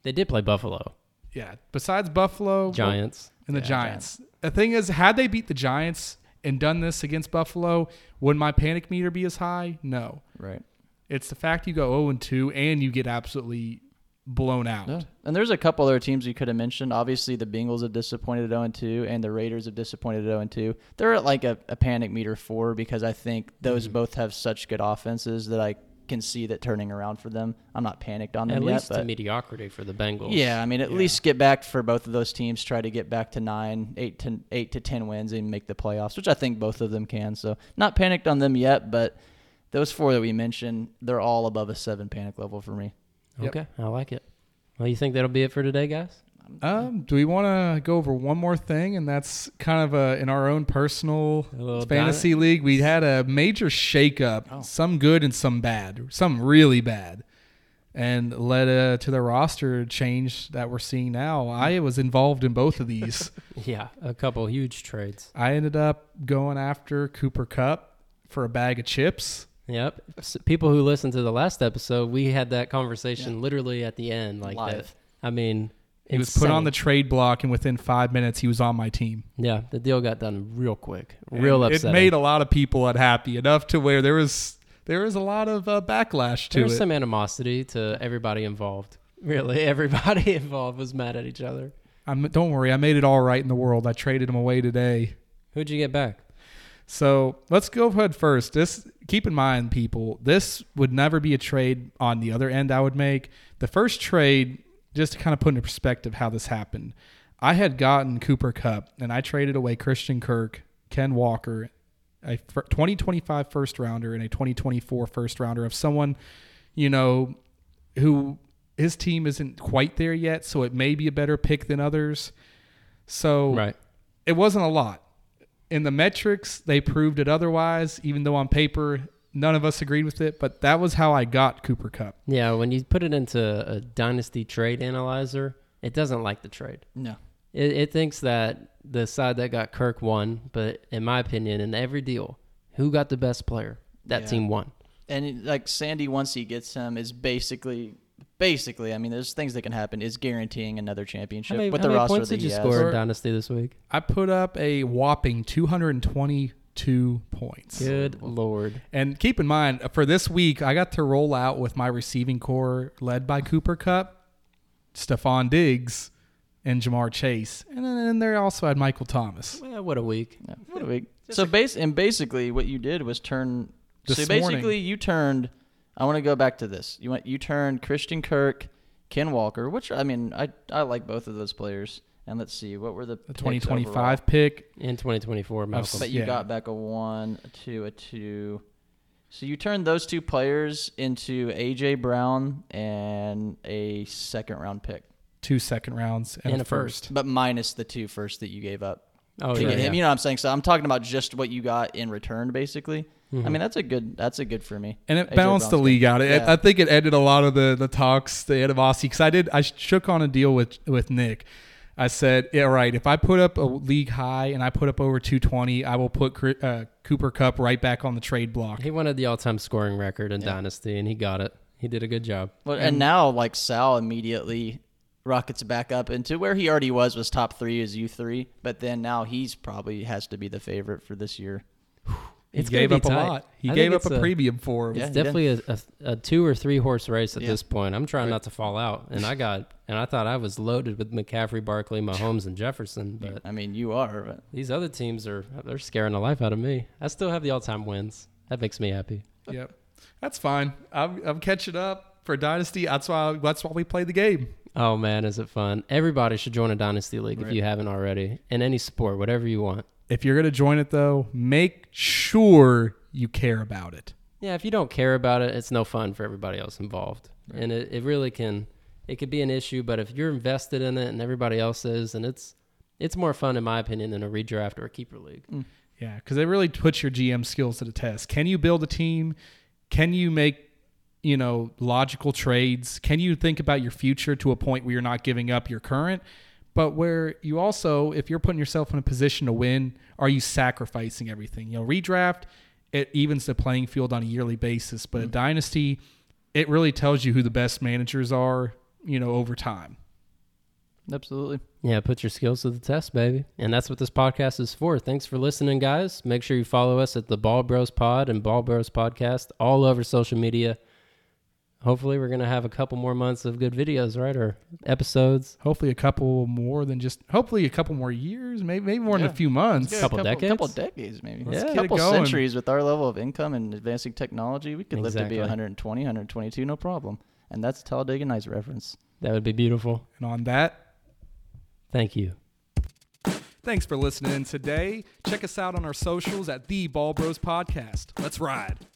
C: They did play Buffalo.
B: yeah, besides Buffalo
C: Giants.
B: and the
A: Yeah,
B: Giants. The thing is, had they beat the Giants and done this against Buffalo, would my panic meter be as high? No.
A: right.
B: It's the fact you go 0 and 2 and you get absolutely blown out.
A: Yeah. And there's a couple other teams you could have mentioned. Obviously, the Bengals have disappointed at 0 2, and the Raiders have disappointed at 0 2. They're at like a, a panic meter four because I think those both have such good offenses that I can see that turning around for them. I'm not panicked on them
C: At
A: yet.
C: least to
A: but-
C: mediocrity for the Bengals.
A: yeah, I mean, at
B: Yeah.
A: least get back for both of those teams. Try to get back to nine, eight to eight to ten wins and make the playoffs, which I think both of them can. So not panicked on them yet, but those four that we mentioned, they're all above a seven panic level for me.
B: Yep.
C: Okay, I like it. Well, you think that'll be it for today, guys?
B: Um, do we want to go over one more thing? And that's kind of a, in our own personal
C: A little
B: fantasy league. We had a major shakeup, some good and some bad, some really bad, and led uh, to the roster change that we're seeing now. I was involved in both of these.
C: Yeah, a couple huge trades.
B: I ended up going after Cooper Cup for a bag of chips.
C: Yep. S people who listened to the last episode, we had that conversation literally at the end, like
A: Live.
C: that. I mean,
B: He was put on the trade block, and within five minutes, he was on my team.
C: yeah. The deal got done real quick, real
B: And
C: upsetting.
B: It made a lot of people unhappy enough to where there was there was a lot of uh, backlash to
C: there
B: it.
C: was some animosity to everybody involved. Really, (laughs) everybody involved was mad at each other.
B: I'm, don't worry, I made it all right in the world. I traded him away today.
C: Who'd you get back?
B: So let's go ahead first. This keep in mind, people, this would never be a trade on the other end I would make. The first trade, just to kind of put into perspective how this happened, I had gotten Cooper Cup and I traded away Christian Kirk, Ken Walker, a fir- 2025 first rounder and a 2024 first rounder of someone, you know, who his team isn't quite there yet, so it may be a better pick than others. So
C: Right.
B: it wasn't a lot. In the metrics, they proved it otherwise, even though on paper, none of us agreed with it. But that was how I got Cooper Cup.
C: Yeah, when you put it into a dynasty trade analyzer, It doesn't like the trade.
A: No.
C: It, it thinks that the side that got Kirk won, but in my opinion, in every deal, who got the best player? That
A: Yeah.
C: team won.
A: And it- like Sandy, once he gets him, is basically, basically. I mean, there's things that can happen. Is guaranteeing another championship
C: How many,
A: with
C: how
A: the
C: many
A: roster
C: points
A: that
C: did
A: he
C: you
A: has.
C: score
B: Or-
C: in Dynasty this week?
B: I put up a whopping 222 points.
C: Good lord.
B: And keep in mind, for this week, I got to roll out with my receiving core led by Cooper Cup, Stephon Diggs, and Jamar Chase. And then in there also had Michael Thomas.
C: Well, what a week.
A: Yeah, what a week. so base and basically what you did was turn.
B: This
A: so basically,
B: morning.
A: you turned. I want to go back to this. You went. You turned Christian Kirk, Ken Walker, which I mean, I I like both of those players. And let's see, what were the
B: The
A: picks
B: 2025 pick.
C: In 2024,
A: overall?
C: Malcolm.
A: But you
B: Yeah.
A: got back a one, a two, a two. So you turned those two players into AJ Brown and a second round pick,
B: Two second rounds and, a first.
A: but minus the two first that you gave up
C: Oh,
A: to
C: yeah.
A: get him.
C: yeah.
A: You know what I'm saying? So I'm talking about just what you got in return, basically. I
C: Mm-hmm.
A: mean, that's a good. That's a good for me.
B: And it
A: AJ
B: balanced the
A: Brown's
B: league out. It,
A: Yeah.
B: I think it ended a lot of the the talks, the animosity. Because I did, I shook on a deal with with Nick. I said, "Yeah, all right. If I put up a league high and I put up over 220, I will put Cri- uh, Cooper Cup right back on the trade block."
C: He wanted the all-time scoring record in Dynasty, and he got it. He did a good job.
A: Well, and now like Sal immediately rockets back up into where he already was was top three is U three, but then now he's probably has to be the favorite for this year.
B: He
C: It's gonna
B: gave
C: be
B: up a
C: tight.
B: lot. He
C: I
B: gave
C: think
B: up
C: it's
B: a, premium for him.
A: Yeah.
C: It's definitely a, a, a two or three horse race at
A: Yeah.
C: this point. I'm trying not to fall out, and I got and I thought I was loaded with McCaffrey, Barkley, Mahomes, and Jefferson, but
A: I mean, you are, but
C: these other teams are they're scaring the life out of me. I still have the all-time wins. That makes me happy.
B: Yep, that's fine. I'm, I'm catching up for Dynasty. That's why that's why we play the game.
C: Oh man, is it fun? Everybody should join a dynasty league if you haven't already. In any sport, whatever you want.
B: If you're gonna join it though, make sure you care about it.
C: Yeah, if you don't care about it, it's no fun for everybody else involved. And it, it really can it could be an issue, but if you're invested in it and everybody else is, and it's it's more fun in my opinion than a redraft or a keeper league.
B: Yeah, because it really puts your GM skills to the test. Can you build a team? Can you make, you know, logical trades? Can you think about your future to a point where you're not giving up your current? But where you also, if you're putting yourself in a position to win, are you sacrificing everything? You know, redraft, it evens the playing field on a yearly basis. But a dynasty, it really tells you who the best managers are, you know, over time.
A: absolutely.
C: Yeah, put your skills to the test, baby. And that's what this podcast is for. Thanks for listening, guys. Make sure you follow us at the Ball Bros Pod and Ball Bros Podcast all over social media. Hopefully, we're going to have a couple more months of good videos, right? Or episodes.
B: Hopefully, a couple more than just, hopefully, a couple more years, maybe, maybe more than a
A: Yeah.
B: few months.
C: Couple decades?
A: couple decades, maybe.
B: Let's
A: yeah,
B: get it
A: couple
B: going.
A: centuries with our level of income and advancing technology, we could live to
C: Exactly.
A: be 120, 122, no problem. And that's Talladega Nights reference.
C: That would be beautiful.
B: And on that,
C: Thank you.
B: Thanks for listening in today. Check us out on our socials at The Ball Bros Podcast. Let's ride.